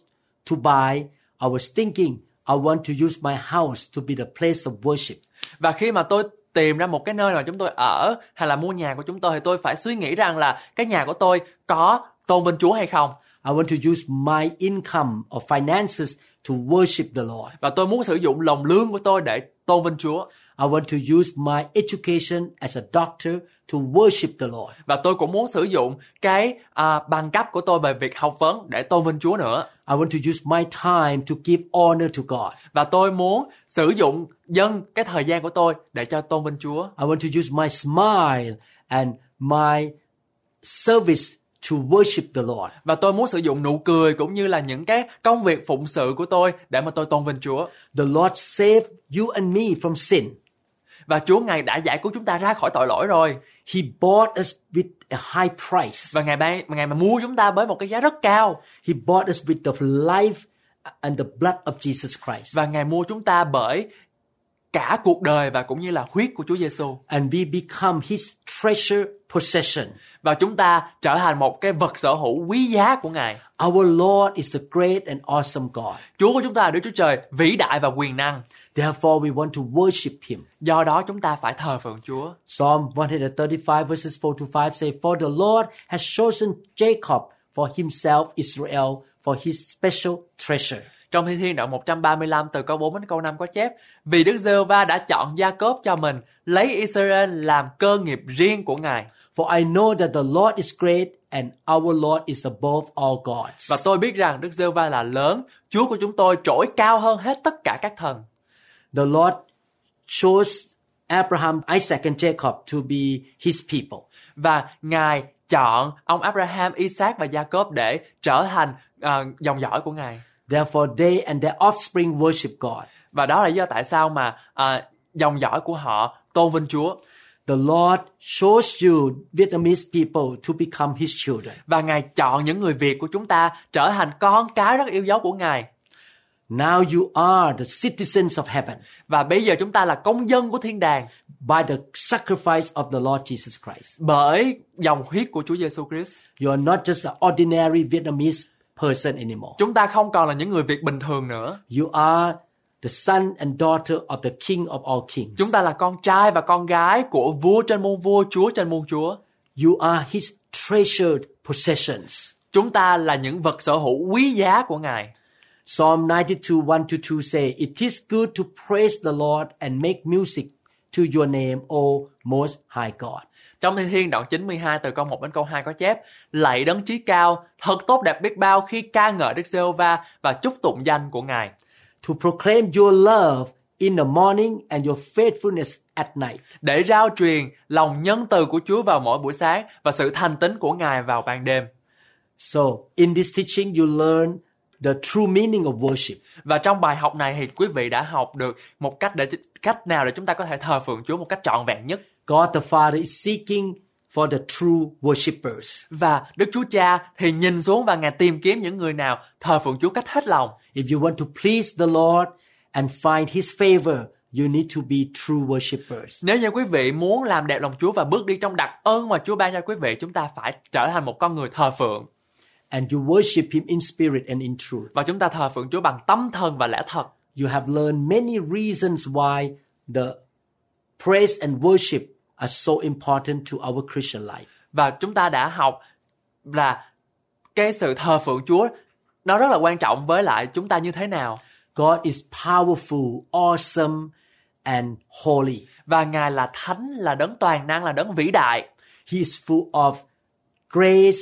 Speaker 2: to buy, I was thinking I want to use my house to be the place of worship.
Speaker 1: Và khi mà tôi tìm ra một cái nơi mà chúng tôi ở hay là mua nhà của chúng tôi thì tôi phải suy nghĩ rằng là cái nhà của tôi có tôn vinh Chúa hay không
Speaker 2: I want to use my income or finances to worship the Lord.
Speaker 1: và tôi muốn sử dụng lòng lương của tôi để tôn vinh Chúa
Speaker 2: I want to use my education as a doctor to worship the Lord.
Speaker 1: và tôi cũng muốn sử dụng cái à, bằng cấp của tôi về việc học vấn để tôn vinh Chúa nữa
Speaker 2: I want to use my time to give honor to God.
Speaker 1: và tôi muốn sử dụng dân cái thời gian của tôi để cho tôn vinh Chúa
Speaker 2: I want to use my smile and my service to worship the Lord.
Speaker 1: và tôi muốn sử dụng nụ cười cũng như là những cái công việc phụng sự của tôi để mà tôi tôn vinh Chúa
Speaker 2: The Lord saved you and me from sin.
Speaker 1: và Chúa ngài đã giải cứu chúng ta ra khỏi tội lỗi rồi
Speaker 2: He bought us with a high price.
Speaker 1: và ngày ban ngày mà mua chúng ta với một cái giá rất cao
Speaker 2: He bought us with the life and the blood of Jesus Christ.
Speaker 1: và ngày mua chúng ta bởi cả cuộc đời và cũng như là huyết của Chúa Giêsu
Speaker 2: And we become his treasure possession.
Speaker 1: và chúng ta trở thành một cái vật sở hữu quý giá của Ngài.
Speaker 2: Our Lord is the great and awesome God.
Speaker 1: Chúa của chúng ta là Đức Chúa Trời vĩ đại và quyền năng.
Speaker 2: Therefore, we want to worship him.
Speaker 1: Do đó chúng ta phải thờ phượng Chúa.
Speaker 2: Psalm 135 verses 4 to 5 say, For the Lord has chosen Jacob for himself, Israel, for his special treasure.
Speaker 1: Trong Thi Thiên đoạn 135 từ câu 4 đến câu 5 có chép Vì Đức Giê-hô-va đã chọn Gia-cốp cho mình, lấy Israel làm cơ nghiệp riêng của Ngài.
Speaker 2: For I know that the Lord is great and our Lord is above all gods.
Speaker 1: Và tôi biết rằng Đức Giê-hô-va là lớn, Chúa của chúng tôi trỗi cao hơn hết tất cả các thần.
Speaker 2: the Lord chose Abraham, Isaac, and Jacob to be his people.
Speaker 1: Và Ngài chọn ông Abraham, Isaac và Gia-cốp để trở thành ờ, dòng dõi của Ngài.
Speaker 2: Therefore, they and their offspring worship God.
Speaker 1: Và đó là lý do tại sao mà ờ, dòng dõi của họ tôn vinh Chúa.
Speaker 2: The Lord chose you, Vietnamese people, to become his children.
Speaker 1: Và Ngài chọn những người Việt của chúng ta trở thành con cái rất yêu dấu của Ngài.
Speaker 2: Now you are the citizens of heaven
Speaker 1: Và bây giờ chúng ta là công dân của thiên đàng
Speaker 2: by the sacrifice of the Lord Jesus Christ.
Speaker 1: bởi dòng huyết của Chúa Giêsu Christ.
Speaker 2: You are not just an ordinary Vietnamese person anymore.
Speaker 1: Chúng ta không còn là những người Việt bình thường nữa.
Speaker 2: You are the son and daughter of the King of all kings.
Speaker 1: Chúng ta là con trai và con gái của vua trên muôn vua, chúa trên muôn chúa.
Speaker 2: You are his treasured possessions.
Speaker 1: Chúng ta là những vật sở hữu quý giá của Ngài.
Speaker 2: Psalm 92, 1 to 2 say, It is good to praise the Lord and make music to your name, O Most High God.
Speaker 1: Trong Thi Thiên đoạn 92 từ câu 1 đến câu 2 có chép Lạy đấng trí cao, thật tốt đẹp biết bao khi ca ngợi Đức Giê-hô-va và chúc tụng danh của Ngài.
Speaker 2: To proclaim your love in the morning and your faithfulness at night.
Speaker 1: Để rao truyền lòng nhân từ của Chúa vào mỗi buổi sáng và sự thành tín của Ngài vào ban đêm.
Speaker 2: So, in this teaching, you learn the true meaning of worship.
Speaker 1: Và trong bài học này thì quý vị đã học được một cách để cách nào để chúng ta có thể thờ phượng Chúa một cách trọn vẹn nhất.
Speaker 2: God the Father is seeking for the true worshippers.
Speaker 1: Và Đức Chúa Cha thì nhìn xuống và Ngài tìm kiếm những người nào thờ phượng Chúa cách hết lòng.
Speaker 2: If you want to please the Lord and find His favor, you need to be true worshippers.
Speaker 1: Nếu như quý vị muốn làm đẹp lòng Chúa và bước đi trong đặc ơn mà Chúa ban cho quý vị, chúng ta phải trở thành một con người thờ phượng
Speaker 2: And you worship Him in spirit and in truth.
Speaker 1: và chúng ta thờ phượng Chúa bằng tâm thần và lẽ thật.
Speaker 2: You have learned many reasons why the praise and worship are so important to our Christian life.
Speaker 1: Và chúng ta đã học là cái sự thờ phượng Chúa nó rất là quan trọng với lại chúng ta như thế nào
Speaker 2: God is powerful, awesome, and holy.
Speaker 1: và Ngài là thánh, là đấng toàn năng, là đấng vĩ đại
Speaker 2: He is full of grace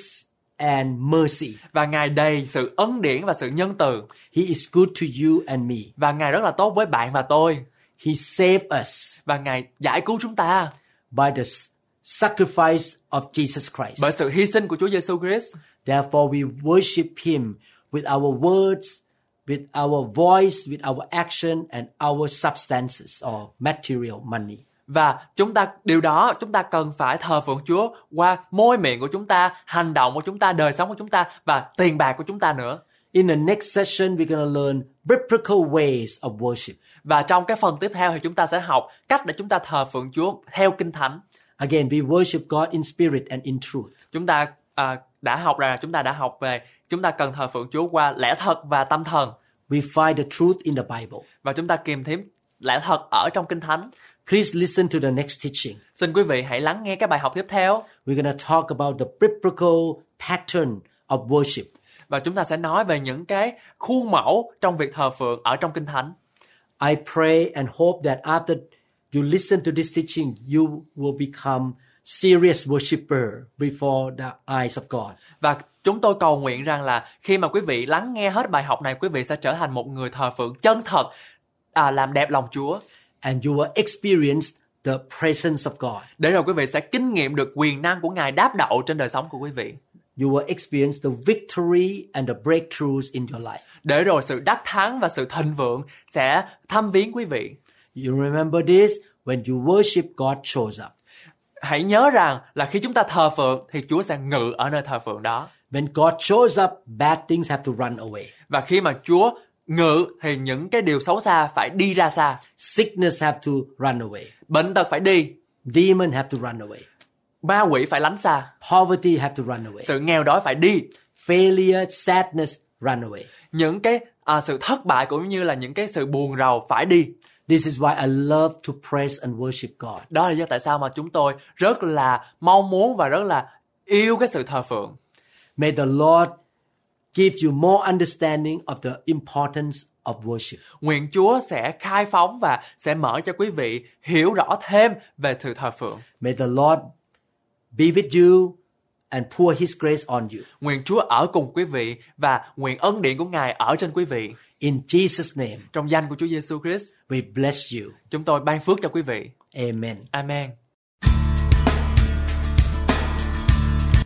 Speaker 2: and mercy.
Speaker 1: và Ngài đầy sự ân điển và sự nhân từ
Speaker 2: He is good to you and me.
Speaker 1: và Ngài rất là tốt với bạn và tôi
Speaker 2: He saved us
Speaker 1: và Ngài giải cứu chúng ta
Speaker 2: by the s- sacrifice of Jesus Christ.
Speaker 1: bởi sự hy sinh của Chúa Giêsu Christ.
Speaker 2: Therefore, we worship Him with our words, with our voice, with our action, and our substances or material money.
Speaker 1: Và chúng ta điều đó chúng ta cần phải thờ phượng Chúa qua môi miệng của chúng ta, hành động của chúng ta, đời sống của chúng ta và tiền bạc của chúng ta nữa.
Speaker 2: In the next session, we're going to learn biblical ways of worship.
Speaker 1: Và trong cái phần tiếp theo thì chúng ta sẽ học cách để chúng ta thờ phượng Chúa theo Kinh Thánh.
Speaker 2: Again, we worship God in spirit and in truth.
Speaker 1: Chúng ta à, đã học rằng là chúng ta đã học về chúng ta cần thờ phượng Chúa qua lẽ thật và tâm thần
Speaker 2: We find the truth in the Bible.
Speaker 1: và chúng ta kìm thím lẽ thật ở trong Kinh Thánh.
Speaker 2: Please listen to the next teaching.
Speaker 1: Xin quý vị hãy lắng nghe cái bài học tiếp theo
Speaker 2: We're going to talk about the biblical pattern of worship.
Speaker 1: và chúng ta sẽ nói về những cái khuôn mẫu trong việc thờ phượng ở trong Kinh Thánh.
Speaker 2: I pray and hope that after you listen to this teaching, you will become serious worshipper before the eyes of God.
Speaker 1: Và chúng tôi cầu nguyện rằng là khi mà quý vị lắng nghe hết bài học này, quý vị sẽ trở thành một người thờ phượng chân thật, à, làm đẹp lòng Chúa.
Speaker 2: And you will experience the presence of God.
Speaker 1: Để rồi quý vị sẽ kinh nghiệm được quyền năng của Ngài đáp đậu trên đời sống của quý vị.
Speaker 2: You will experience the victory and the breakthroughs in your life.
Speaker 1: Để rồi sự đắc thắng và sự thịnh vượng sẽ thăm viếng quý vị.
Speaker 2: You remember this when you worship, God shows up.
Speaker 1: Hãy nhớ rằng là khi chúng ta thờ phượng thì Chúa sẽ ngự ở nơi thờ phượng đó.
Speaker 2: When God shows up, bad things have to run away.
Speaker 1: Và khi mà Chúa ngự thì những cái điều xấu xa phải đi ra xa.
Speaker 2: Sickness have to run away.
Speaker 1: Bệnh tật phải đi,
Speaker 2: Demon have to run away.
Speaker 1: ma quỷ phải lánh xa,
Speaker 2: Poverty have to run away.
Speaker 1: sự nghèo đói phải đi,
Speaker 2: Failure, sadness run away.
Speaker 1: những cái à, sự thất bại cũng như là những cái sự buồn rầu phải đi
Speaker 2: This is why I love to praise and worship God.
Speaker 1: đó là lý do tại sao mà chúng tôi rất là mong muốn và rất là yêu cái sự thờ phượng
Speaker 2: May the Lord give you more understanding of the importance of worship.
Speaker 1: nguyện chúa sẽ khai phóng và sẽ mở cho quý vị hiểu rõ thêm về sự thờ phượng
Speaker 2: May the Lord be with you and pour his grace on you.
Speaker 1: nguyện chúa ở cùng quý vị và nguyện ân điện của ngài ở trên quý vị
Speaker 2: In Jesus name,
Speaker 1: trong danh của chúa giêsu christ
Speaker 2: we bless you.
Speaker 1: chúng tôi ban phước cho quý vị
Speaker 2: Amen.
Speaker 1: amen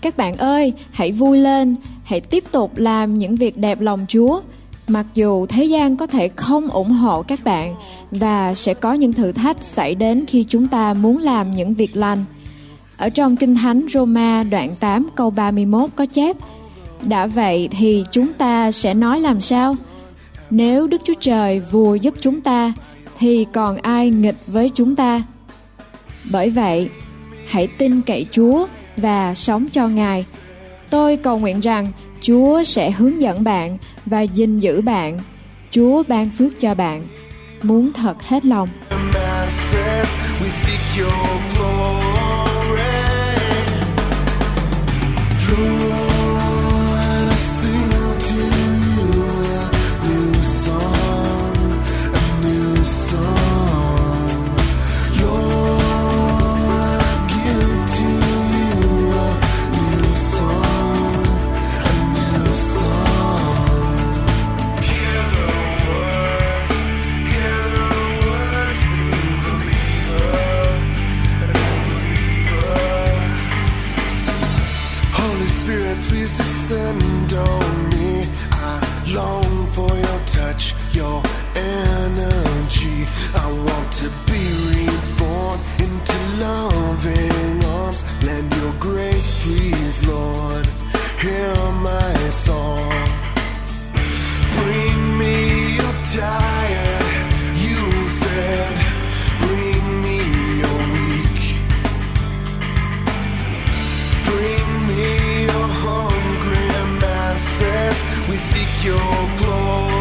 Speaker 3: Các bạn ơi, hãy vui lên, hãy tiếp tục làm những việc đẹp lòng Chúa. Mặc dù thế gian có thể không ủng hộ các bạn và sẽ có những thử thách xảy đến khi chúng ta muốn làm những việc lành. Ở trong Kinh Thánh Roma đoạn 8 câu 31 có chép Đã vậy thì chúng ta sẽ nói làm sao? Nếu Đức Chúa Trời vùa giúp chúng ta thì còn ai nghịch với chúng ta? Bởi vậy, hãy tin cậy Chúa và sống cho Ngài. Tôi cầu nguyện rằng Chúa sẽ hướng dẫn bạn và gìn giữ bạn. Chúa ban phước cho bạn. Muốn thật hết lòng.
Speaker 4: masses, we seek your glory. Lord, I sing to you a new song, a new song. Lord, long for your touch, your energy. I want to be reborn into loving arms. Lend your grace, please, Lord. Hear my song. Bring me your tired, you said. Bring me your weak. Bring me your hungry masses. We seek your glory.